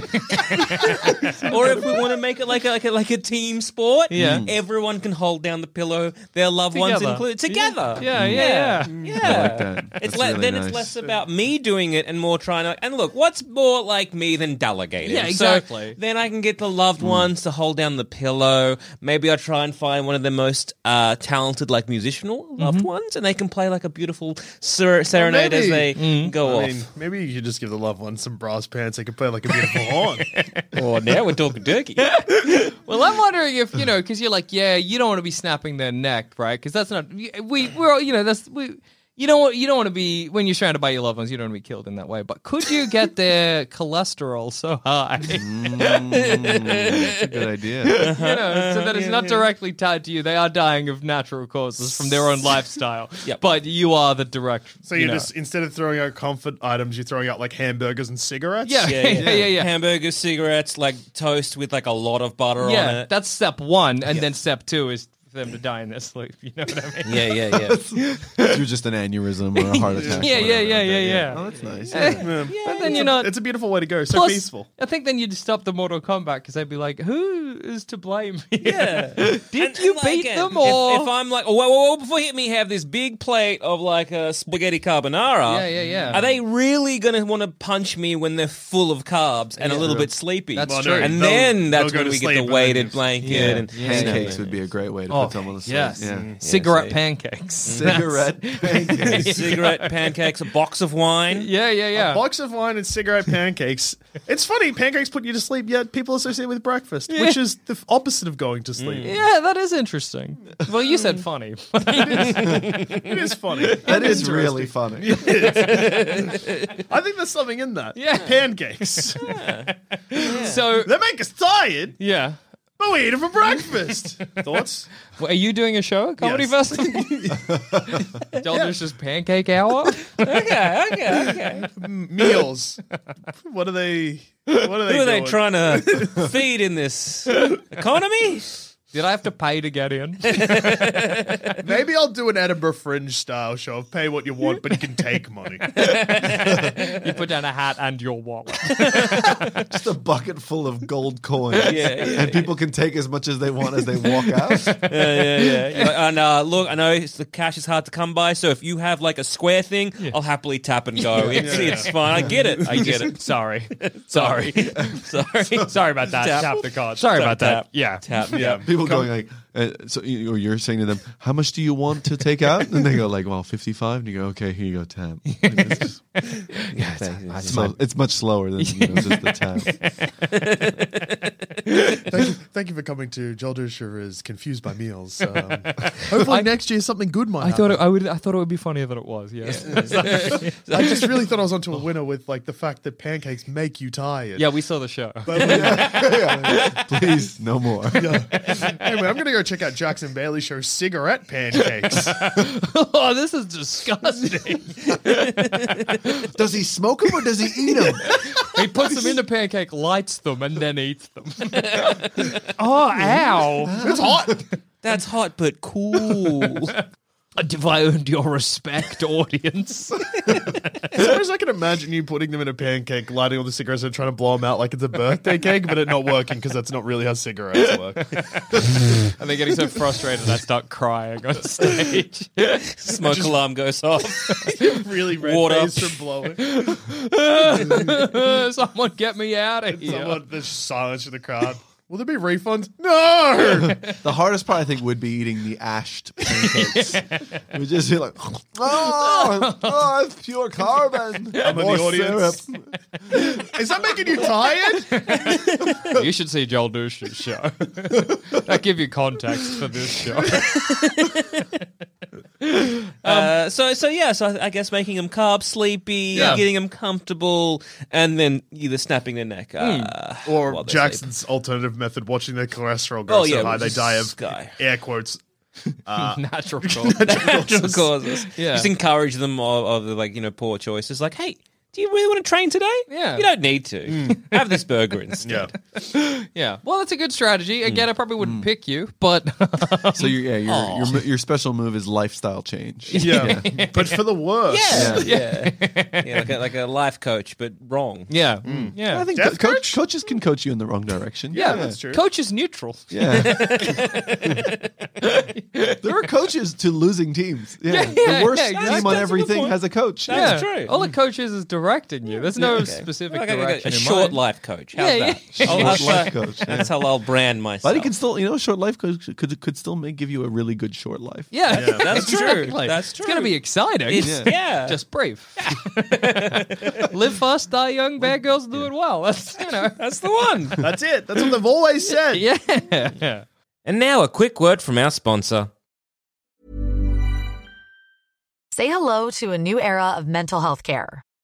if we want to make it like a, like a like a team sport, Yeah. everyone can hold down the pillow, their loved ones Together. included, together. yeah, yeah, yeah. Yeah. Mm. that. That's It's le- really then nice. it's less about me doing it and more trying to. And look, what's more like me than delegating? Yeah, So exactly. then I can get the loved ones to hold down the pillow. Maybe I try and find one of the most uh, talented, like Mm-hmm. musicial loved ones, and they can play like a beautiful ser- serenade as they maybe. go I off. mean, maybe you could just give the loved ones some brass pants. They could play like a beautiful horn. Or now we're talking turkey. Well, I'm wondering if you know because you're like, yeah, you don't want to be snapping their neck, right? Because that's not we we're all, you know that's we you don't want you don't want to be when you're surrounded by your loved ones, you don't want to be killed in that way. But could you get their cholesterol so high, you That's a good idea. know, so that it's not directly tied to you? They are dying of natural causes from their own lifestyle. Yep. But you are the direct. So you're you know. just instead of throwing out comfort items, you're throwing out like hamburgers and cigarettes. yeah yeah yeah yeah. Hamburgers, cigarettes, like toast with like a lot of butter Yeah, on it. that's step one, and then step two is for them to die in their sleep. You know what I mean? yeah, yeah, yeah. You're just an aneurysm or a heart attack. Yeah, or yeah, whatever. yeah, yeah, yeah. Oh, that's nice. Yeah. But then you're not. It's a beautiful way to go. So Plus, peaceful. I think then you'd stop the Mortal Kombat because they'd be like, "Who is to blame?" Yeah. Did you like, beat uh, them if- or? If, I'm like, oh, whoa, whoa, whoa, before you hit me, have this big plate of like uh, spaghetti carbonara. Yeah, yeah, yeah. Are they really going to want to punch me when they're full of carbs and a little bit sleepy? That's Well, true. no, And they'll- then that's they'll go when we to get sleep the and then weighted it's- blanket Yeah. and Pancakes would be a great way to Oh, put someone to sleep. yes. Mm. Yeah. cigarette see. pancakes? Cigarette pancakes. cigarette pancakes, a box of wine. Yeah, yeah, yeah. Box of wine and cigarette pancakes. It's funny, pancakes put you to sleep, yet people associate it with breakfast, which is the f- opposite of going to sleep. yeah, that is interesting. Well, you said funny. It is funny. That is really funny. I think there's something in that. Yeah. Pancakes. so, they make us tired, yeah. but we eat them for breakfast. Thoughts? Well, are you doing a show, a comedy Yes. festival? Delicious pancake hour. Okay, okay, okay. Meals. What are they? What are they? Who are they doing? trying to feed in this economy? Did I have to pay to get in? Maybe I'll do an Edinburgh Fringe style show. of Pay what you want, but you can take money. you put down a hat and your wallet. Just a bucket full of gold coins. yeah, and people can take as much as they want as they walk out. Yeah, and uh, look, I know it's- the cash is hard to come by, so if you have like a square thing, I'll happily tap and go. It's, it's fine. I get it. I get it. Sorry, sorry, Sorry. sorry about that. Tap. Tap the card. Sorry about tap. that. Yeah. Tap. Yeah. People going like, uh, so you, or you're saying to them, "How much do you want to take out?" And they go like, "Well, 55." And you go, "Okay, here you go, tab." It's, just- so it's much slower than you know, just the tab. Thank you, thank you you for coming to Joldusha is confused by meals. Um, hopefully next year something good might. I thought happen. it, I would. I thought it would be funnier than it was. Yeah. I just really thought I was onto a winner with like the fact that pancakes make you tired. yeah, we saw the show. Please, no more. Anyway, I'm gonna go check out Jackson Bailey show cigarette pancakes. oh, this is disgusting. Does he smoke them or does he eat them? he puts them in the pancake, lights them, and then eats them. oh, ow! it's hot. That's hot but cool. Have I earned your respect, audience? As far as I can imagine you putting them in a pancake, lighting all the cigarettes and trying to blow them out like it's a birthday cake, but it not working because that's not really how cigarettes work. and they're getting so frustrated, I start crying on stage. Smoke alarm goes off. really red Water. face from blowing. Someone get me out of here. Someone, there's silence in the crowd. Will there be refunds? No. The hardest part, I think, would be eating the ashed pancakes. It would just be like, oh, oh it's pure carbon. I'm in the audience. Is that making you tired? You should see Joel Dusha's show. I give you context for this show. Uh, so so yeah. So I, I guess making them carb sleepy, Yeah. getting them comfortable, and then either snapping their neck. Hmm. Uh, Or while they Jackson's alternative method, watching their cholesterol go Oh, so yeah, high which they is die of sky. air quotes. uh, Natural natural causes. Yeah. Just encourage them of, of the, like you know poor choices. Like, hey, do you really want to train today? Yeah. Hmm. you don't need to. Have this burger instead. Yeah. Yeah. Well, that's a good strategy. Again, I probably wouldn't pick you, but So your yeah, your, your mo- your special move is lifestyle change. Yeah. but for the worse. Yeah, Yeah. yeah, Yeah, like, a, like a life coach, but wrong. yeah, Hmm. yeah. I think Death co- coaches can coach you in the wrong direction. yeah, that's true. Coach is neutral. Yeah. there are coaches to losing teams. Yeah. Yeah, yeah, the worst yeah, exactly. team That's on a good everything point. has a coach. That's yeah. true. All the coach is is directing you. There's no Okay. specific Like a- like a- direction. a in short mind. life coach. How's Yeah, that? yeah. I'll- Short I'll- life coach, yeah. That's how I'll brand myself. But he can still, you know, a short life could, could could still make, give you a really good short life. Yeah, That's true. exactly. That's It's gonna true. be exciting. It's- Yeah. yeah. just brief. Live fast, die young. Bad girls do it well. That's you know. That's the one. That's it. That's what they've always said. Yeah. and now a quick word from our sponsor. Say hello to a new era of mental health care.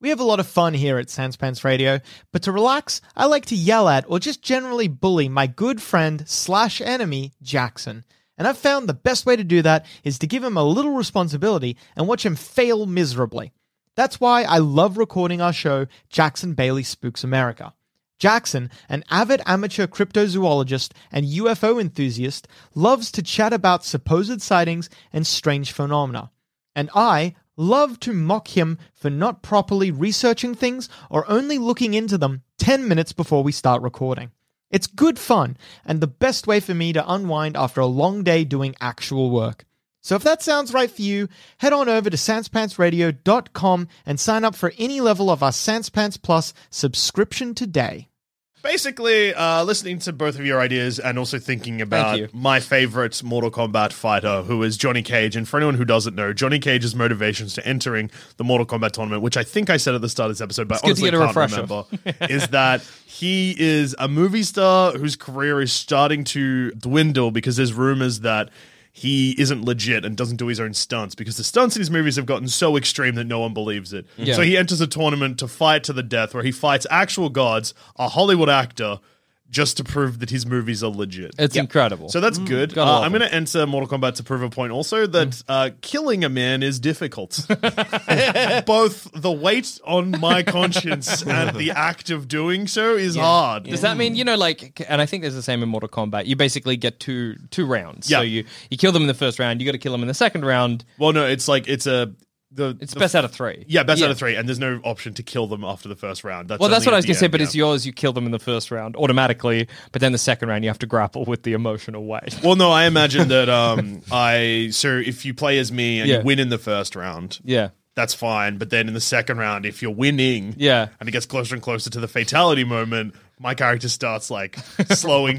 We have a lot of fun here at Sanspants Radio, but to relax, I like to yell at or just generally bully my good friend slash enemy, Jackson. And I've found the best way to do that is to give him a little responsibility and watch him fail miserably. That's why I love recording our show, Jackson Bailey Spooks America. Jackson, an avid amateur cryptozoologist and UFO enthusiast, loves to chat about supposed sightings and strange phenomena. And I love to mock him for not properly researching things or only looking into them 10 minutes before we start recording. It's good fun and the best way for me to unwind after a long day doing actual work. So if that sounds right for you, head on over to sanspantsradio.com and sign up for any level of our Sanspants Plus subscription today. Basically, uh, listening to both of your ideas and also thinking you. about my favorite Mortal Kombat fighter, who is Johnny Cage. And for anyone who doesn't know, Johnny Cage's motivations to entering the Mortal Kombat tournament, which I think I said at the start of this episode, but It's good to honestly get a can't refresher. remember, is that he is a movie star whose career is starting to dwindle because there's rumors that he isn't legit and doesn't do his own stunts because the stunts in his movies have gotten so extreme that no one believes it. Yeah. So he enters a tournament to fight to the death where he fights actual gods, a Hollywood actor, just to prove that his movies are legit. It's incredible. Mm, so that's good. gotta Uh, love Mm. I'm going to enter Mortal Kombat to prove a point also that uh, killing a man is difficult. Both the weight on my conscience and the act of doing so is hard. Does that mean you know like? And I think there's the same in Mortal Kombat. You basically get two two rounds. So Yeah. you you kill them in the first round. You got to kill them in the second round. Well, no, it's like it's a the It's the- best out of three. Yeah, best out of three, and there's no option to kill them after the first round. That's Well, that's only what I at was the gonna say. end, But yeah. it's yours. You kill them in the first round automatically. But then the second round, you have to grapple with the emotional weight. Well, no, I imagine that um I so if you play as me and Yeah. you win in the first round, Yeah. that's fine. But then in the second round, if you're winning, Yeah. and it gets closer and closer to the fatality moment, my character starts like slowing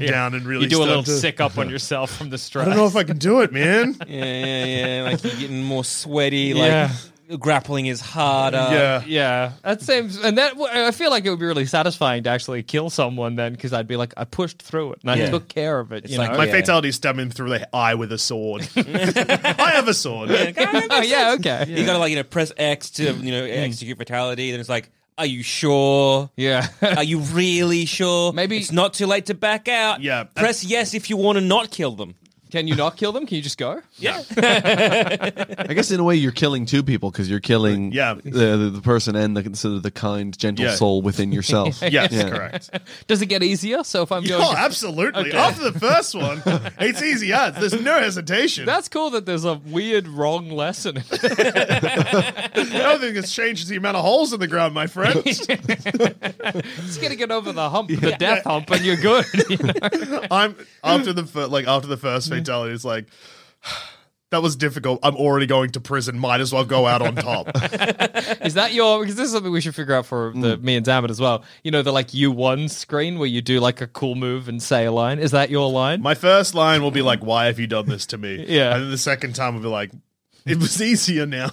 down and really You do a start little to- sick up on yourself from the stress. I don't know if I can do it, man. Yeah, yeah, yeah. Like you're getting more sweaty. Yeah. Like grappling is harder. yeah. Yeah, that seems, and that I feel like it would be really satisfying to actually kill someone then, because I'd be like, I pushed through it and I Yeah. took care of it. you like know? My Yeah. fatality is stabbing through the eye with a sword. I have a sword. oh yeah, okay, You gotta like you know press X to you know execute fatality. Then it's like, are you sure? yeah. Are you really sure? Maybe- it's not too late to back out. Yeah. press yes if you want to not kill them. Can you not kill them? Can you just go? Yeah, I guess in a way you're killing two people because you're killing Yeah. the, the the person and the sort of the kind, gentle Yeah. soul within yourself. Yes, Yeah. correct. Does it get easier? So if I'm going, Oh, absolutely. After the first one, it's easy odds. There's no hesitation. that's cool that there's a weird wrong lesson. The only thing that's changed is the amount of holes in the ground, my friend. just gotta get over the hump, the death hump, and you're good. I'm after the fir- like after the first Mm-hmm. fatality, it's like that was difficult. I'm already going to prison. Might as well go out on top. Is that your? Because this is something we should figure out for the me and Zaman as well. You know, the like you won screen where you do like a cool move and say a line. Is that your line? My first line will be like, "Why have you done this to me?" Yeah. and then the second time will be like. It was easier now.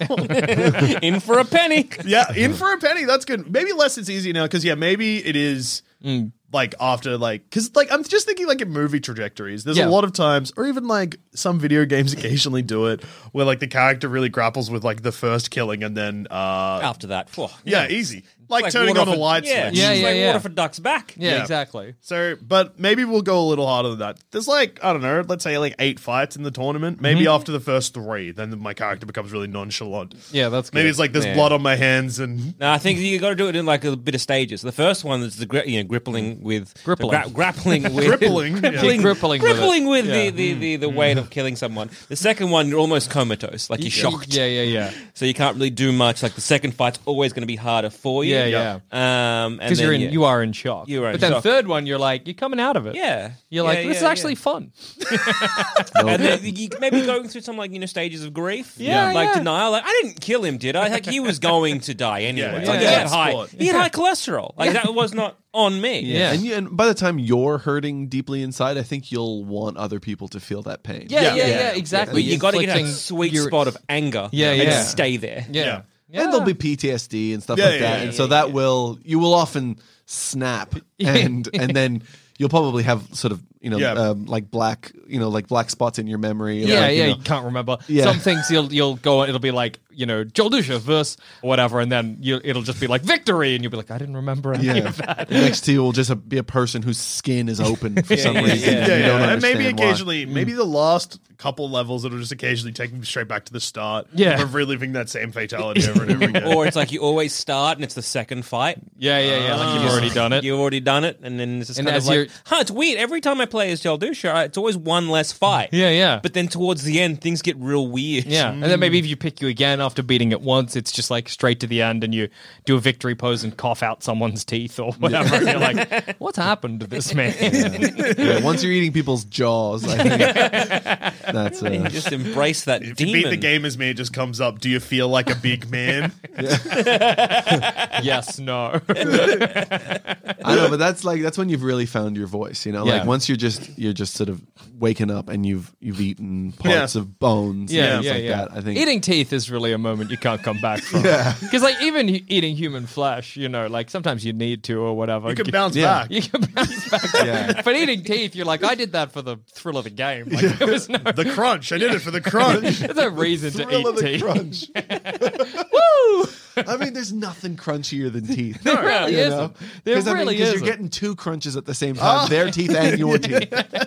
in for a penny. yeah, in for a penny. That's good. Maybe less it's easy now because yeah, maybe it is Mm. like after like because like I'm just thinking like in movie trajectories. There's Yeah. a lot of times, or even like some video games occasionally do it, where like the character really grapples with like the first killing and then uh After that, phew. Yeah, easy. Like, Like turning water on a off a- light yeah. switch. Yeah, It's yeah, like yeah. water for ducks back. yeah, yeah. exactly. So, but maybe we'll go a little harder than that. There's like, I don't know, let's say like eight fights in the tournament. Maybe after the first three, then my character becomes really nonchalant. Yeah, that's good. Maybe it's like there's Yeah. blood on my hands and No, I think you got to do it in like a bit of stages. The first one is the gri- you know grappling with Grippling. gra- grappling with Grippling, yeah. Hmm. grappling, Grippling with it. grappling with, the, the, the, the weight of killing someone. The second one, you're almost comatose, like you're shocked, Yeah, yeah, yeah. so you can't really do much. Like the second fight's always going to be harder for Yeah, you. Yeah, yeah. Um, and Because then, you're in, yeah. you are in shock. You are in but then shock. third one, you're like, you're coming out of it. Yeah. You're like, this is actually fun. And then you maybe going through some like you know stages of grief, Yeah, like yeah. denial. Like I didn't kill him, did I? Like he was going to die anyway. Yeah, Like, yeah, he yeah. had high, Sport. he had high cholesterol. Like that was not on me. Yeah. And, you, and by the time you're hurting deeply inside, I think you'll want other people to feel that pain. Yeah, yeah, yeah, yeah. exactly. But you got to get a Inflicting sweet your- spot of anger. Yeah, and yeah. stay there. Yeah. yeah. And there'll be PTSD and stuff Yeah, like yeah, that. yeah, and so that will you will often snap and and then you'll probably have sort of you know Yeah. um, like black you know like black spots in your memory. Yeah, like, yeah, You you, know, can't remember. Yeah. Some things you'll you'll go it'll be like, you know, Joel Dusha verse whatever, and then you it'll just be like victory, and you'll be like, I didn't remember any yeah. of that. Next to you will just be a person whose skin is open for some yeah, reason. yeah, You yeah, don't yeah. and maybe understand why. occasionally, maybe the last couple levels, it'll just occasionally take me straight back to the start. Yeah. of reliving that same fatality over and over again. Or it's like you always start and it's the second fight. Yeah, yeah, yeah. Like you've Ah. already done it. You've already done it, and then it's just And kind as of like, you're- huh? It's weird. Every time I play as Jaldusha, I- it's always one less fight. Yeah, yeah. But then towards the end, things get real weird. Yeah, and then maybe if you pick you again after beating it once, it's just like straight to the end, and you do a victory pose and cough out someone's teeth or whatever. and you're like, what's happened to this man? Yeah, once you're eating people's jaws, I think that's uh, Just embrace that if demon. you beat the game as me, it just comes up. Do you feel like a big man? yes, no. I know, but that's like that's when you've really found your voice. You know, Yeah. like once you're just you're just sort of waking up and you've you've eaten parts Yeah. of bones. Yeah, and yeah, things like yeah. That. I think eating teeth is really a moment you can't come back from. Because like even hu- eating human flesh, you know, like sometimes you need to or whatever. You can bounce Yeah. back. You can bounce back. Yeah. But eating teeth, you're like, I did that for the thrill of the game. Like there was no, The crunch. I did it for the crunch. there's no reason to Thrill eat of the teeth. crunch. I mean, there's nothing crunchier than teeth. There really you know? isn't. There 'Cause, I mean, really 'cause isn't. Oh. You're getting two crunches at the same time: their teeth and your teeth. and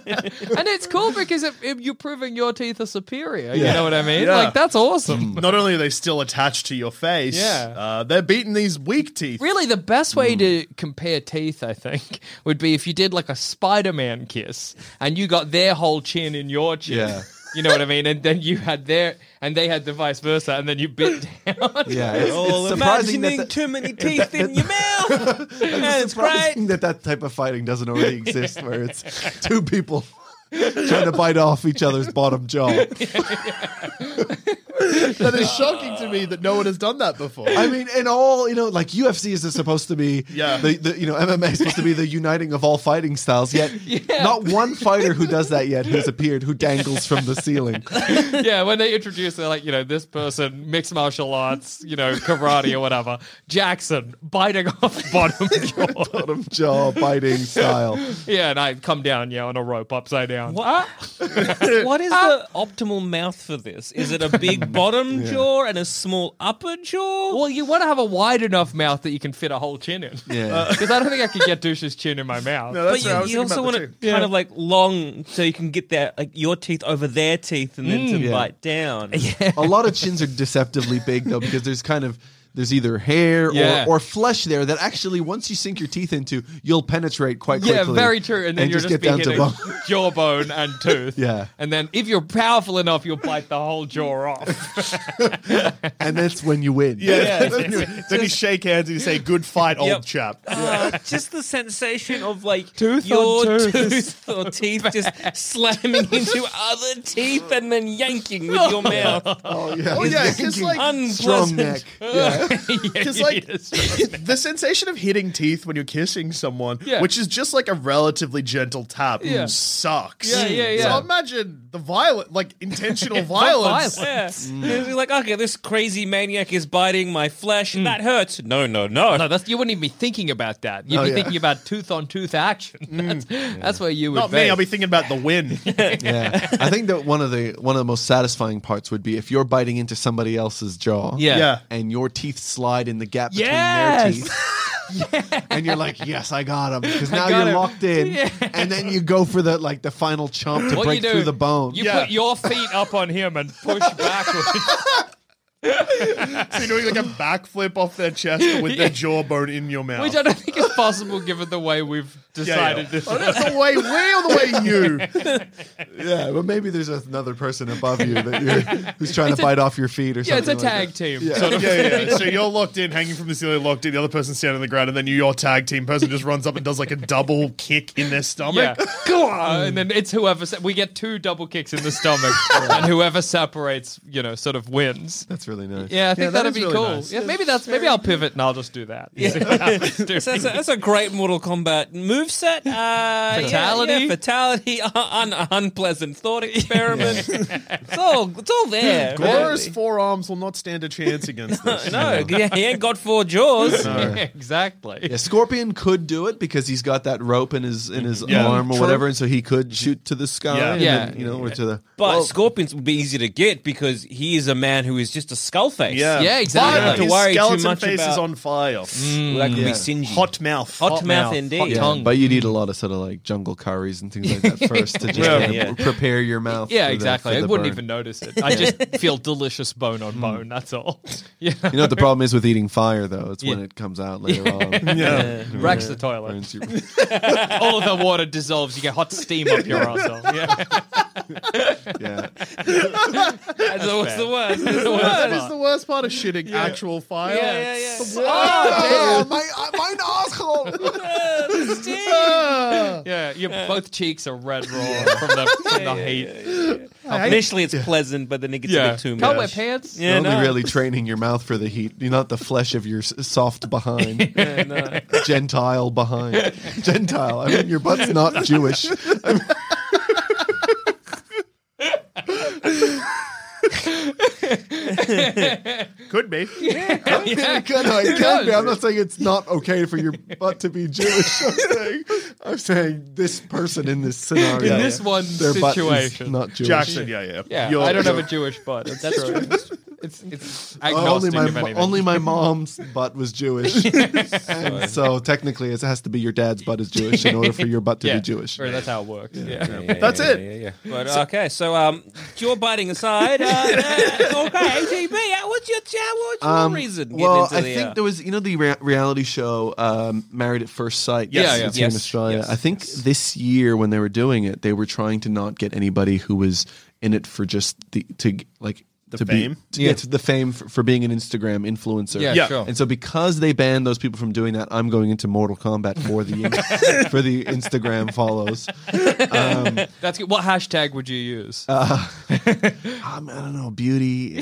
it's cool because it, it- you're proving your teeth are superior. You Yeah. Mm. know what I mean? Yeah. Like that's awesome. Not only are they still attached to your face, Yeah. uh, they're beating these weak teeth. Really, the best Mm. way to compare teeth, I think, would be if you did like a Spider-Man kiss and you got their whole chin in your chin. Yeah. You know what I mean? And then you had their, and they had the vice versa, and then you bit down. Yeah, it's, All it's surprising imagining that too many teeth in your mouth. that, That's great. surprising that that type of fighting doesn't already exist, where it's two people. Trying to bite off each other's bottom jaw. that is shocking to me that no one has done that before. I mean, and all you know, like UFC is supposed to be, Yeah. the, the you know MMA is supposed to be the uniting of all fighting styles. Yet, not one fighter who does that yet who's appeared who dangles from the ceiling. yeah, when they introduce, they're like, you know, this person, mixed martial arts, you know, karate or whatever. Jackson biting off bottom jaw. Bottom jaw biting style. Yeah, and I come down, yeah, on a rope upside down. What, what is the optimal mouth for this? Is it a big bottom jaw and a small upper jaw? Well, you want to have a wide enough mouth that you can fit a whole chin in. Yeah. Because I don't think I could get Douche's chin in my mouth. No, that's but you, what I was you thinking also about want the it two. kind of like long, so you can get that like your teeth over their teeth and then to yeah. bite down. Yeah, a lot of chins are deceptively big though because there's kind of there's either hair Yeah. or, or flesh there that actually once you sink your teeth into you'll penetrate quite yeah, quickly. very true. And then you're just, be hitting bone. jawbone and tooth. Yeah. And then if you're powerful enough, you'll bite the whole jaw off. and that's when you win. Yeah. then you shake hands and you say, "Good fight, old Yep. chap." just the sensation of like Tooth on your tooth. tooth or teeth just slamming into other teeth and then yanking with your mouth. Oh yeah. Oh, yeah, 'cause, like, strong Unpleasant. neck. Because like the sensation of hitting teeth when you're kissing someone, Yeah. which is just like a relatively gentle tap, mm, Yeah. sucks. Yeah, yeah, yeah. So imagine the violent, like intentional violence. violence. Yeah. Mm. You're like, okay, this crazy maniac is biting my flesh. That hurts. No, no, no. No, that's, you wouldn't even be thinking about that. You'd Oh, be yeah. Mm. thinking about tooth on tooth action. That's, that's where you would Not me. be. I'll be thinking about the win. Yeah. I think that one of the one of the most satisfying parts would be if you're biting into somebody else's jaw. Yeah. Yeah. And your teeth slide in the gap between Yes. their teeth. And you're like, yes, I got him. Because I now got you're him. locked in. Yeah. And then you go for the like the final chomp to What break you do, through the bone. You Yeah. put your feet up on him and push backwards. so you're doing like a backflip off their chest with their jawbone in your mouth. Which I don't think is possible given the way we've decided this. Oh, that's the way we or the way you? yeah, but maybe there's another person above you that you're who's trying to bite off your feet or Yeah, it's something. a tag team. yeah, yeah, yeah. So you're locked in, hanging from the ceiling, locked in. The other person's standing on the ground, and then you, your tag team person just runs up and does like a double kick in their Yeah. stomach. Go on. And then it's whoever se- we get two double kicks in the stomach, and whoever separates, you know, sort of wins. That's really nice. Yeah, I think that that'd is be really cool. nice. Yeah, maybe that's maybe I'll pivot and I'll just do that. Yeah. So that's, a, that's a great Mortal Kombat moveset. Uh, yeah, yeah, Fatality. fatality, un- un- unpleasant thought experiment. it's all it's all there. Gora's really. forearms will not stand a chance against this. No, yeah, he ain't got four jaws. exactly. Yeah, Scorpion could do it because he's got that rope in his in his Yeah. arm or True. whatever, and so he could shoot to the sky. Yeah. and Yeah. then, you know, or to the. But scorpions would be easy to get because he is a man who is just a skull face. Yeah, Yeah, exactly. Fire, Don't have to his worry too skeleton much face is about- on fire. that could Yeah. be Sinji. Hot mouth. Hot mouth indeed. Hot Yeah. tongue. But you need a lot of sort of like jungle curries and things like that first to just Yeah. kind of Yeah. prepare your mouth. Yeah, for the- exactly. for I the wouldn't burn. even notice it. I just feel delicious bone on bone. That's all. Yeah, You know what the problem is with eating fire though? It's when Yeah. it comes out later on. Yeah. racks the toilet. Burns your- all of the water dissolves. You get hot steam up your asshole. Yeah, yeah. That's always the worst. That's the That worst. is the worst part of shitting actual fire. Yeah, yeah, yeah. It's the Oh, my, my asshole! yeah. Your both cheeks are red raw from the, from the heat. Initially, it's pleasant, but then it gets a bit too Can't wear much. pants. Yeah, Only no. really training your mouth for the heat, You're not the flesh of your s- soft behind. Gentile behind. Gentile. I mean, your butt's not Jewish. Could be. Yeah, it could- no, it can be. I'm not saying it's not okay for your butt to be Jewish. I'm saying, I'm saying this person in this In scenario, this one their butt is situation, not Jewish. Jackson, yeah, yeah. yeah, You're- I don't have you're- a Jewish butt. It's That's true. It's it's Oh, agnostic only my of anything. only my mom's butt was Jewish, and so technically it has to be your dad's butt is Jewish in order for your butt to yeah. be Jewish. Or that's how it works. Yeah. That's it. But okay, so um, jaw biting aside, uh, uh, okay, ATB, uh, what's your uh, what's your Um, reason? getting well, into I the, think uh, there was you know the rea- reality show um, Married at First Sight. Yes. Yeah, yeah. it's Yes, in Australia. yes, I think this year when they were doing it, they were trying to not get anybody who was in it for just the to like the to fame? Be, to get to the fame for, for being an Instagram influencer. Yeah, Yeah. sure. And so because they banned those people from doing that, I'm going into Mortal Kombat for the in- for the Instagram follows. That's good. What hashtag would you use? Uh, um, I don't know, beauty,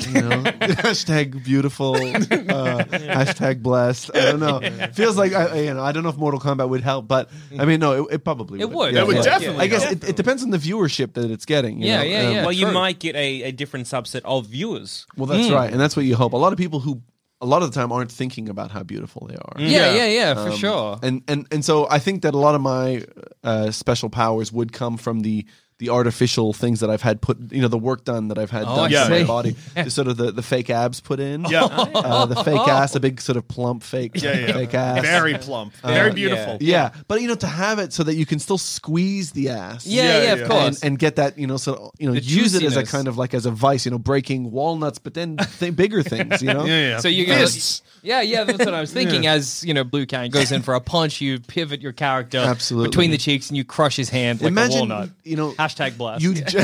you know, hashtag beautiful, uh, hashtag blessed. I don't know. Feels like I, I- you know, I don't know if Mortal Kombat would help, but I mean, no, it, it probably It would. would. It would yeah. definitely I guess help. it, it depends on the viewership that it's getting. you Yeah, know? Um, yeah, yeah. well, you true. might get a, a different subset of viewers. Well, that's Mm. right, and that's what you hope. A lot of people who, a lot of the time, aren't thinking about how beautiful they are. yeah, yeah, yeah, for sure. And and and so I think that a lot of my uh, special powers would come from the the artificial things that I've had put, you know, the work done that I've had Oh, done I to my see. body, just sort of the, the fake abs put in, Yeah. Oh. uh, the fake ass, a big sort of plump fake Yeah, yeah. fake ass, Very plump. Very beautiful. yeah. But you know, to have it so that you can still squeeze the ass, yeah, yeah, yeah, of yeah. course. and, and get that you know so you know The use it as a juiciness. kind of like as a vice you know breaking walnuts but then th- bigger things you know Yeah, yeah. so you're gonna, Fists. yeah, yeah. That's what I was thinking. As you know, Blue Can goes in for a punch, you pivot your character Absolutely. between the cheeks, and you crush his hand like a walnut. imagine you know Hashtag blast. you ju-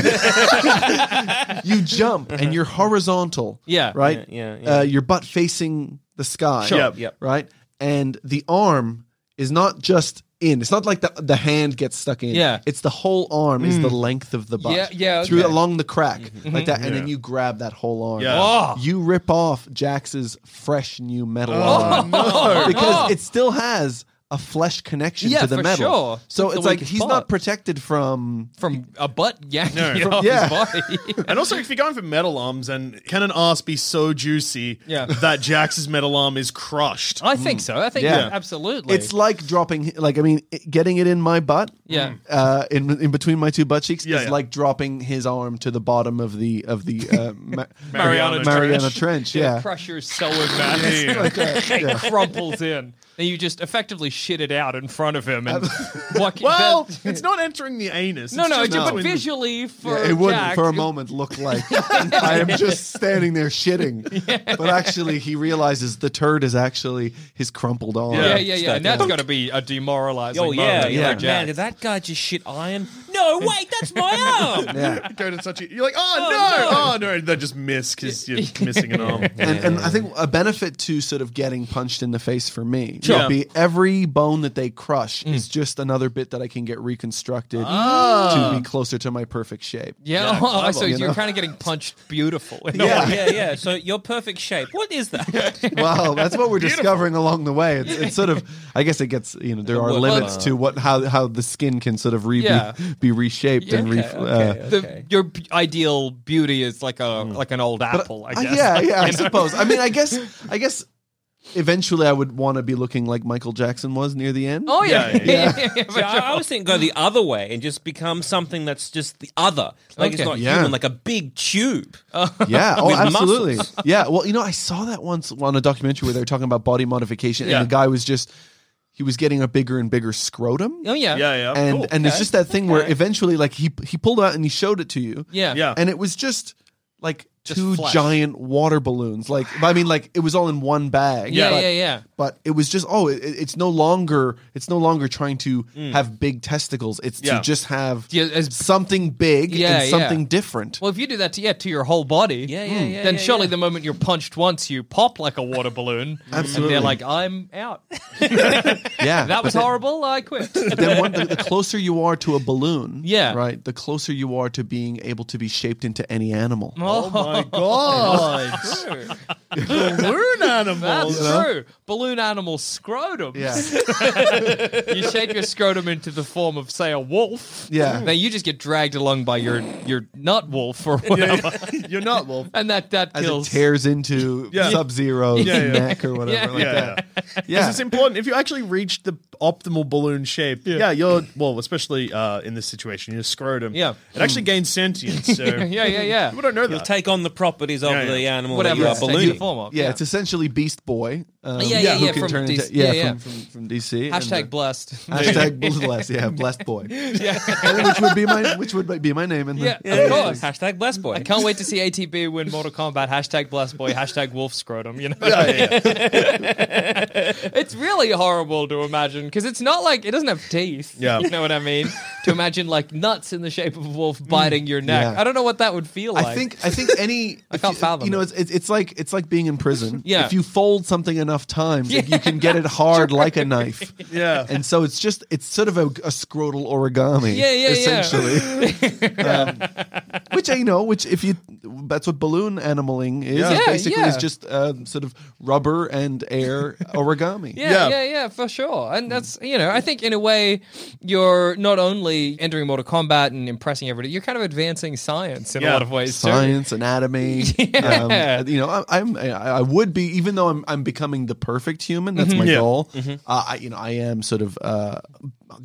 you jump and you're horizontal Mm-hmm. Yeah. right Yeah, yeah, Uh, your butt facing the sky Sure. Yep. Yep. right and the arm is not just in it's not like the the hand gets stuck in Yeah. Mm. it's the whole arm is the length of the butt Yeah, yeah, through okay. Mm-hmm. along the crack like that and then you grab that whole arm Yeah. Oh. you rip off Jax's fresh new metal arm because it still has a flesh connection Oh. Yeah, to the for metal sure. so It's the it's like weakest he's part. not protected from from a butt yanking it from- off yeah. his body. And also, if you're going for metal arms, and can an ass be so juicy Yeah. that Jax's metal arm is crushed? I think so. I think Yeah. absolutely. It's like dropping, like I mean, it- getting it in my butt. Yeah. Uh, in in between my two butt cheeks Mm. Yeah, is yeah. like dropping his arm to the bottom of the of the uh, Ma- Mariana Mariana Trench. Trench. Yeah. Crush your sewing mask. Yeah. it crumples in. Then you just effectively shit it out in front of him. And like, Well, that- it's not entering the anus. no, no, it's it's just but between- visually for Yeah, it wouldn't Jack, for a moment look like I am just standing there shitting. But actually, he realizes the turd is actually his crumpled arm. Yeah, yeah, yeah. Stuff, And that's yeah. going to be a demoralizing. Oh yeah, moment yeah. for Like, Jack. man, did that guy just shit iron? No, wait, that's my arm. Yeah. Go to such a, you're like, oh, no, oh no, they just miss because you're missing an arm. And, and I think a benefit to sort of getting punched in the face for me Sure. would be every bone that they crush is just another bit that I can get reconstructed to be closer to my perfect shape. Yeah, oh, so you you are know? kind of getting punched beautiful. in a yeah, way. yeah, yeah. So your perfect shape. What is that? Well, that's what we're discovering along the way. It's, it's sort of, I guess it gets, you know, there are Well, limits to what how how the skin can sort of re- Yeah. be, be reshaped and re- Okay, okay, uh, The, okay. Mm. Your b- ideal beauty is like a like an old apple, I Uh, guess. yeah, yeah. I suppose. I mean, I guess, I guess, eventually, I would want to be looking like Michael Jackson was near the end. Oh yeah, yeah. See, I, I was thinking go the other way and just become something that's just the other. Like it's Okay. not Yeah. human, like a big tube. Yeah. Oh, With absolutely. muscles. Yeah. Well, you know, I saw that once on a documentary where they were talking about body modification, Yeah. and the guy was just he was getting a bigger and bigger scrotum. Oh yeah, yeah, yeah, And cool. and it's just that thing where eventually, like he he pulled out and he showed it to you. yeah, yeah. And it was just like Just two flesh. giant water balloons. Like I mean, like it was all in one bag. yeah, but- yeah, yeah. But it was just oh, it, it's no longer it's no longer trying to have big testicles. It's Yeah. to just have Mm. Yeah, as- something big Yeah, and yeah. something different. Well, if you do that to yeah to your whole body, hmm, Yeah, yeah, yeah, then yeah, surely yeah. the moment you're punched once, you pop like a water balloon, and Absolutely. they're like, "I'm out. yeah, That was But- horrible. I quit." But then one, the, the closer you are to a balloon, Yeah. right, the closer you are to being able to be shaped into any animal. Oh, my god, balloon that's animals. true. Balloon animal scrotum. Yeah, you shape your scrotum into the form of, say, a wolf. Yeah. Then you just get dragged along by your your nut wolf or whatever, You're not wolf. and that that as kills. it tears into Yeah. Sub Zero's Yeah, yeah. neck or whatever Yeah. like Yeah, that. yeah. Yeah. Because it's important. If you actually reach the optimal balloon shape, yeah, you're well, especially uh, in this situation, your scrotum. Yeah. it actually gains sentience. So yeah, yeah, yeah. people don't know You'll that. take on the properties of Yeah, yeah. the animal Whatever that it's you are taking ballooning. the form of. Yeah, it's essentially Beast Boy. Um, Yeah, yeah, who yeah, can from turn D- into, yeah, yeah, yeah. From, from, from DC. and, Hashtag uh, blessed. Hashtag blessed, yeah, blessed boy, yeah, which would be my which would be my name in the Yeah. Yeah, Of yeah, yeah. course. Hashtag blessed boy. I can't wait to see ATB win Mortal Kombat. Hashtag blessed boy. Hashtag wolf scrotum. You know, it's really horrible to imagine because it's not like it doesn't have teeth. Yeah. you know what I mean. to imagine like nuts in the shape of a wolf biting your neck. Yeah. Mm. I don't know what that would feel like. I think I think any I can't you, fathom You know, it. it's, it's it's like it's like being in prison. Yeah. If you fold something enough times, like, you can get it hard like a knife. Yeah. And so it's just it's sort of a, a scrotal origami. Yeah, yeah, yeah. Essentially. um, which I you know, which if you that's what balloon animaling is. Yeah. It Yeah, basically yeah. is just um, sort of rubber and air Yeah, origami. Mm. Yeah. yeah, yeah, for sure. And that's you know, I think in a way, you're not only entering Mortal Kombat and impressing everybody, you're kind of advancing science in Yeah. a lot of ways too. Science, anatomy. Yeah. Um, you know, I, I'm. I I would be, even though I'm. I'm becoming the perfect human. That's my Mm-hmm. Yeah. goal. Uh, I, you know, I am sort of uh,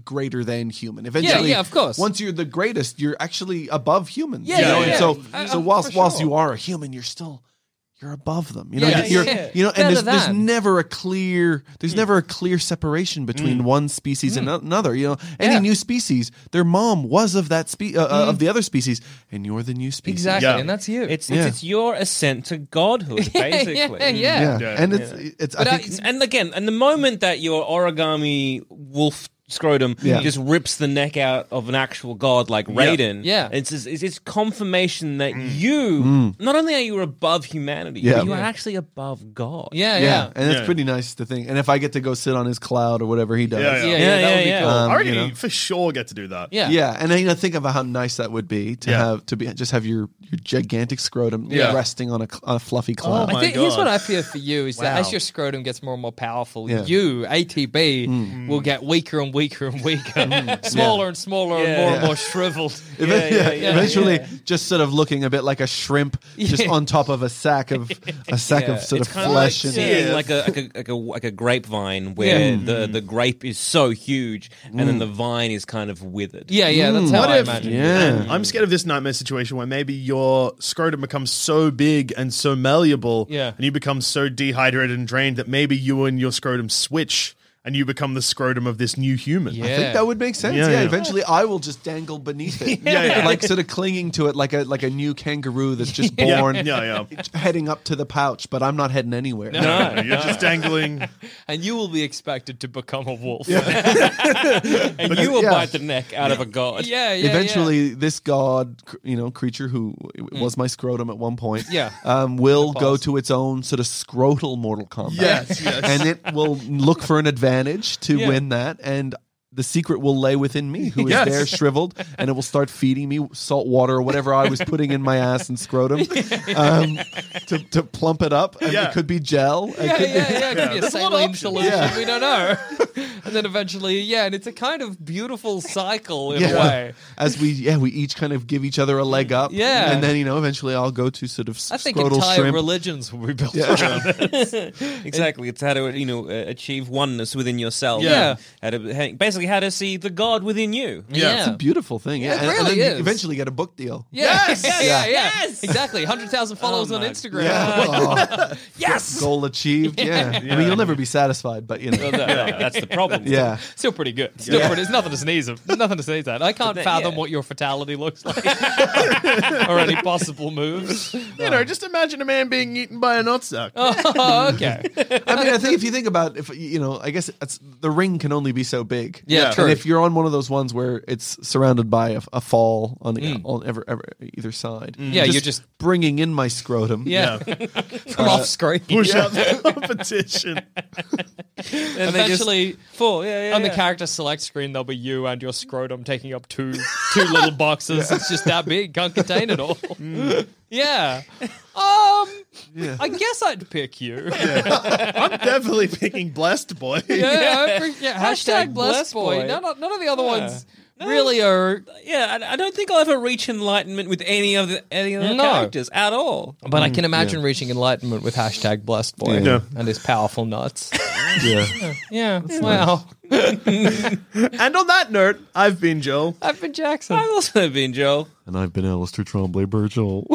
greater than human. Eventually, yeah, of course. Once you're the greatest, you're actually above humans. Yeah, you know? yeah, and yeah. so, I- so I- whilst for whilst sure. you are a human, you're still. You're above them, you know. Yeah, you're, yeah. you know, Better and there's, there's than. Mm. never a clear, there's never a clear separation between one species and another. You know, any Yeah. Mm. new species, their mom was of that spe- uh, uh, of the other species, and you're the new species. Exactly, Yeah. and that's you. It's, Yeah. it's it's your ascent to godhood, basically. yeah, yeah. yeah. Yeah. and it's it's I But I- think It's- and again, and the moment that your origami wolf scrotum Yeah. just rips the neck out of an actual god like Raiden, Yeah. Mm. it's just, it's just confirmation that you not only are you above humanity, Yeah. but you are Yeah. actually above God. yeah, yeah, yeah. and that's Yeah. pretty nice to think. And if I get to go sit on his cloud or whatever he does, Yeah, Yeah, yeah, yeah. Yeah, that would yeah, be yeah. cool. Um, I reckon you know. you for sure get to do that. Yeah. Yeah, and I, you know, think about how nice that would be to Yeah. have to be just have your, your gigantic scrotum Yeah. resting on a, cl- on a fluffy cloud. Oh my I think here's God. what I fear for you is that Wow. as your scrotum gets more and more powerful, Yeah. you, ATB, will get weaker and weaker and weaker, smaller and smaller and Yeah. more and Yeah. more shriveled. Even- yeah, yeah, eventually, just sort of looking a bit like a shrimp, just Yeah. on top of a sack of a sack of sort it's of kind flesh. of like and seeing like a like a, like a like a grapevine where Mm. the, the grape is so huge and then the vine is kind of withered. Yeah, yeah, that's how What I if- imagine. it. yeah, I'm scared of this nightmare situation where maybe your scrotum becomes so big and so malleable, Yeah. and you become so dehydrated and drained that maybe you and your scrotum switch and you become the scrotum of this new human. I think that would make sense. Yeah, Yeah, yeah. eventually I will just dangle beneath it. Yeah, yeah. Like sort of clinging to it like a like a new kangaroo that's just Yeah. born. Yeah, yeah. It's heading up to the pouch, but I'm not heading anywhere. No, you're just dangling. and you will be expected to become a wolf. and you will Yeah. bite the neck out of a god. yeah, yeah. Mm. Eventually, this god, cr- you know, creature who w- was my scrotum at one point, Yeah. um, will go paws. to its own sort of scrotal Mortal Kombat. Yes, yes. and it will look for an advantage to win that, and the secret will lay within me, who is Yes. there shriveled, and it will start feeding me salt water or whatever I was putting in my ass and scrotum um, to, to plump it up. And Yeah. It could be gel. It Yeah, could yeah, yeah. It could be a There's a lot of saline options. solution. Yeah. We don't know. and then eventually, yeah, and it's a kind of beautiful cycle in a Yeah. way. As we yeah we each kind of give each other a leg up Yeah. and then you know eventually I'll go to sort of s- I think scrotal entire shrimp religions will be built Yeah. around it. Exactly. It's how to you know uh, achieve oneness within yourself. Yeah. How to how- basically how to see the God within you. It's a beautiful thing. Yeah, it and, and really then is. you eventually get a book deal. Yes! Yeah, yeah, yeah. Yes! Oh Exactly. 100,000 followers on Instagram. Yeah. yes. Oh. Goal achieved. Yeah. I mean, you'll never be satisfied, but you know. No, no, that's the problem. Yeah. Still pretty good. Still pretty. There's nothing to sneeze at. There's nothing to sneeze at. I can't fathom yeah. what your fatality looks like or any possible moves. You know, just imagine a man being eaten by a nutsack. Oh, okay. I mean, I think if you think about if you know, I guess it's, the ring can only be so big. Yeah, Yeah. true. And if you're on one of those ones where it's surrounded by a, a fall on the on ever, ever either side. Mm. Yeah, you're just- bringing in my scrotum. Yeah. From off screen. Push out the competition. And eventually, Four. Yeah. yeah on the yeah. character select screen, there'll be you and your scrotum taking up two two little boxes. It's just that big, can't contain it all. Mm. Yeah. Um, I guess I'd pick you. Yeah, I'm definitely picking Blessed Boy. I'd pick- yeah, Hashtag, blessed Hashtag blessed boy. boy. None, of- none of the other ones really are. Yeah, I, I don't think I'll ever reach enlightenment with any of the any of the No. characters at all. But I can imagine reaching enlightenment with hashtag blessed boy Yeah. and his powerful nuts. Yeah. Yeah. Wow. And on that note, I've been Joel. I've been Jackson. I've also been Joel. and I've been Alistair Trombley Burchell.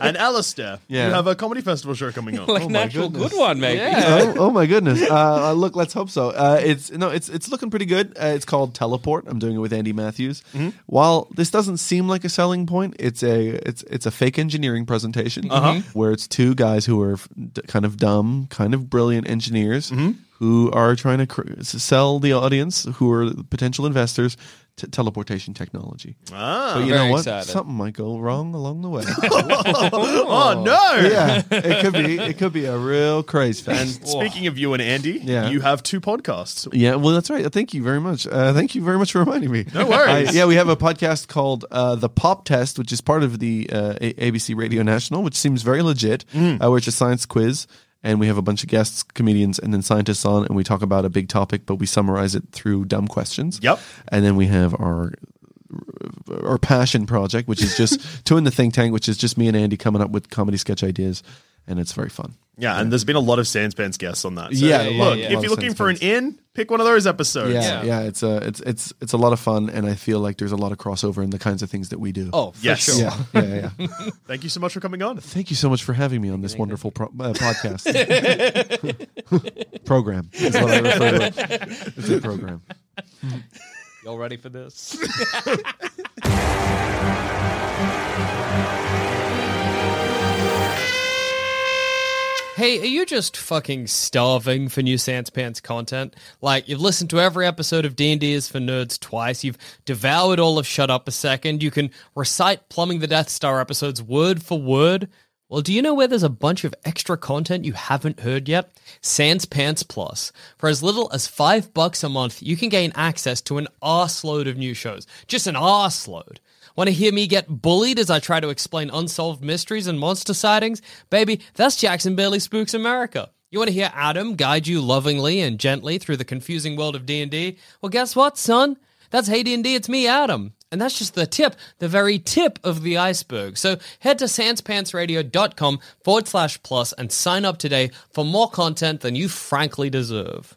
and Alistair. Yeah. You have a comedy festival show coming up. Oh Like an actual good one, maybe. oh, oh my goodness! Uh, uh, look, let's hope so. Uh, it's no, it's it's looking pretty good. Uh, it's called Teleport. I'm doing it with Andy Matthews. Mm-hmm. While this doesn't seem like a selling point, it's a it's it's a fake engineering presentation Uh-huh. Mm-hmm. where it's two guys who are f- d- kind of dumb, kind of brilliant engineers Mm-hmm. who are trying to cr- s- sell the audience who are potential investors. T- teleportation technology. Ah. But you Very know what? excited. Something might go wrong along the way. Oh, no. yeah, it could be. It could be a real craze fest. And speaking of you and Andy, Yeah. you have two podcasts. Yeah, well, that's right. Thank you very much. Uh, thank you very much for reminding me. No worries. I- yeah, we have a podcast called uh, The Pop Test, which is part of the uh, a- ABC Radio National, which seems very legit, Mm. uh, which is science quiz. And we have a bunch of guests, comedians, and then scientists on, and we talk about a big topic, but we summarize it through dumb questions. Yep. And then we have our our passion project, which is just two in the think tank, which is just me and Andy coming up with comedy sketch ideas, and it's very fun. Yeah, and there's been a lot of Sandspans guests on that. So Yeah, yeah, look, yeah. if Lot you're of looking for an Sandspans. in, pick one of those episodes. Yeah, yeah, it's a it's it's it's a lot of fun, and I feel like there's a lot of crossover in the kinds of things that we do. Oh, for Yes. sure. yeah, yeah, yeah. Thank you so much for coming on. Thank you so much for having me on this wonderful pro- uh, podcast program. Is what I refer to it. It's a program. Y'all ready for this? Hey, are you just fucking starving for new Sanspants content? Like, you've listened to every episode of D&D is for Nerds twice, you've devoured all of Shut Up a Second, you can recite Plumbing the Death Star episodes word for word. Well, do you know where there's a bunch of extra content you haven't heard yet? Sanspants Plus. For as little as five bucks a month, you can gain access to an arseload of new shows. Just an arseload. Want to hear me get bullied as I try to explain unsolved mysteries and monster sightings? Baby, that's Jackson Bailey Spooks America. You want to hear Adam guide you lovingly and gently through the confusing world of D&D? Well, guess what, son? That's Hey D&D, it's me, Adam. And that's just the tip, the very tip of the iceberg. So head to sanspantsradio.com forward slash plus and sign up today for more content than you frankly deserve.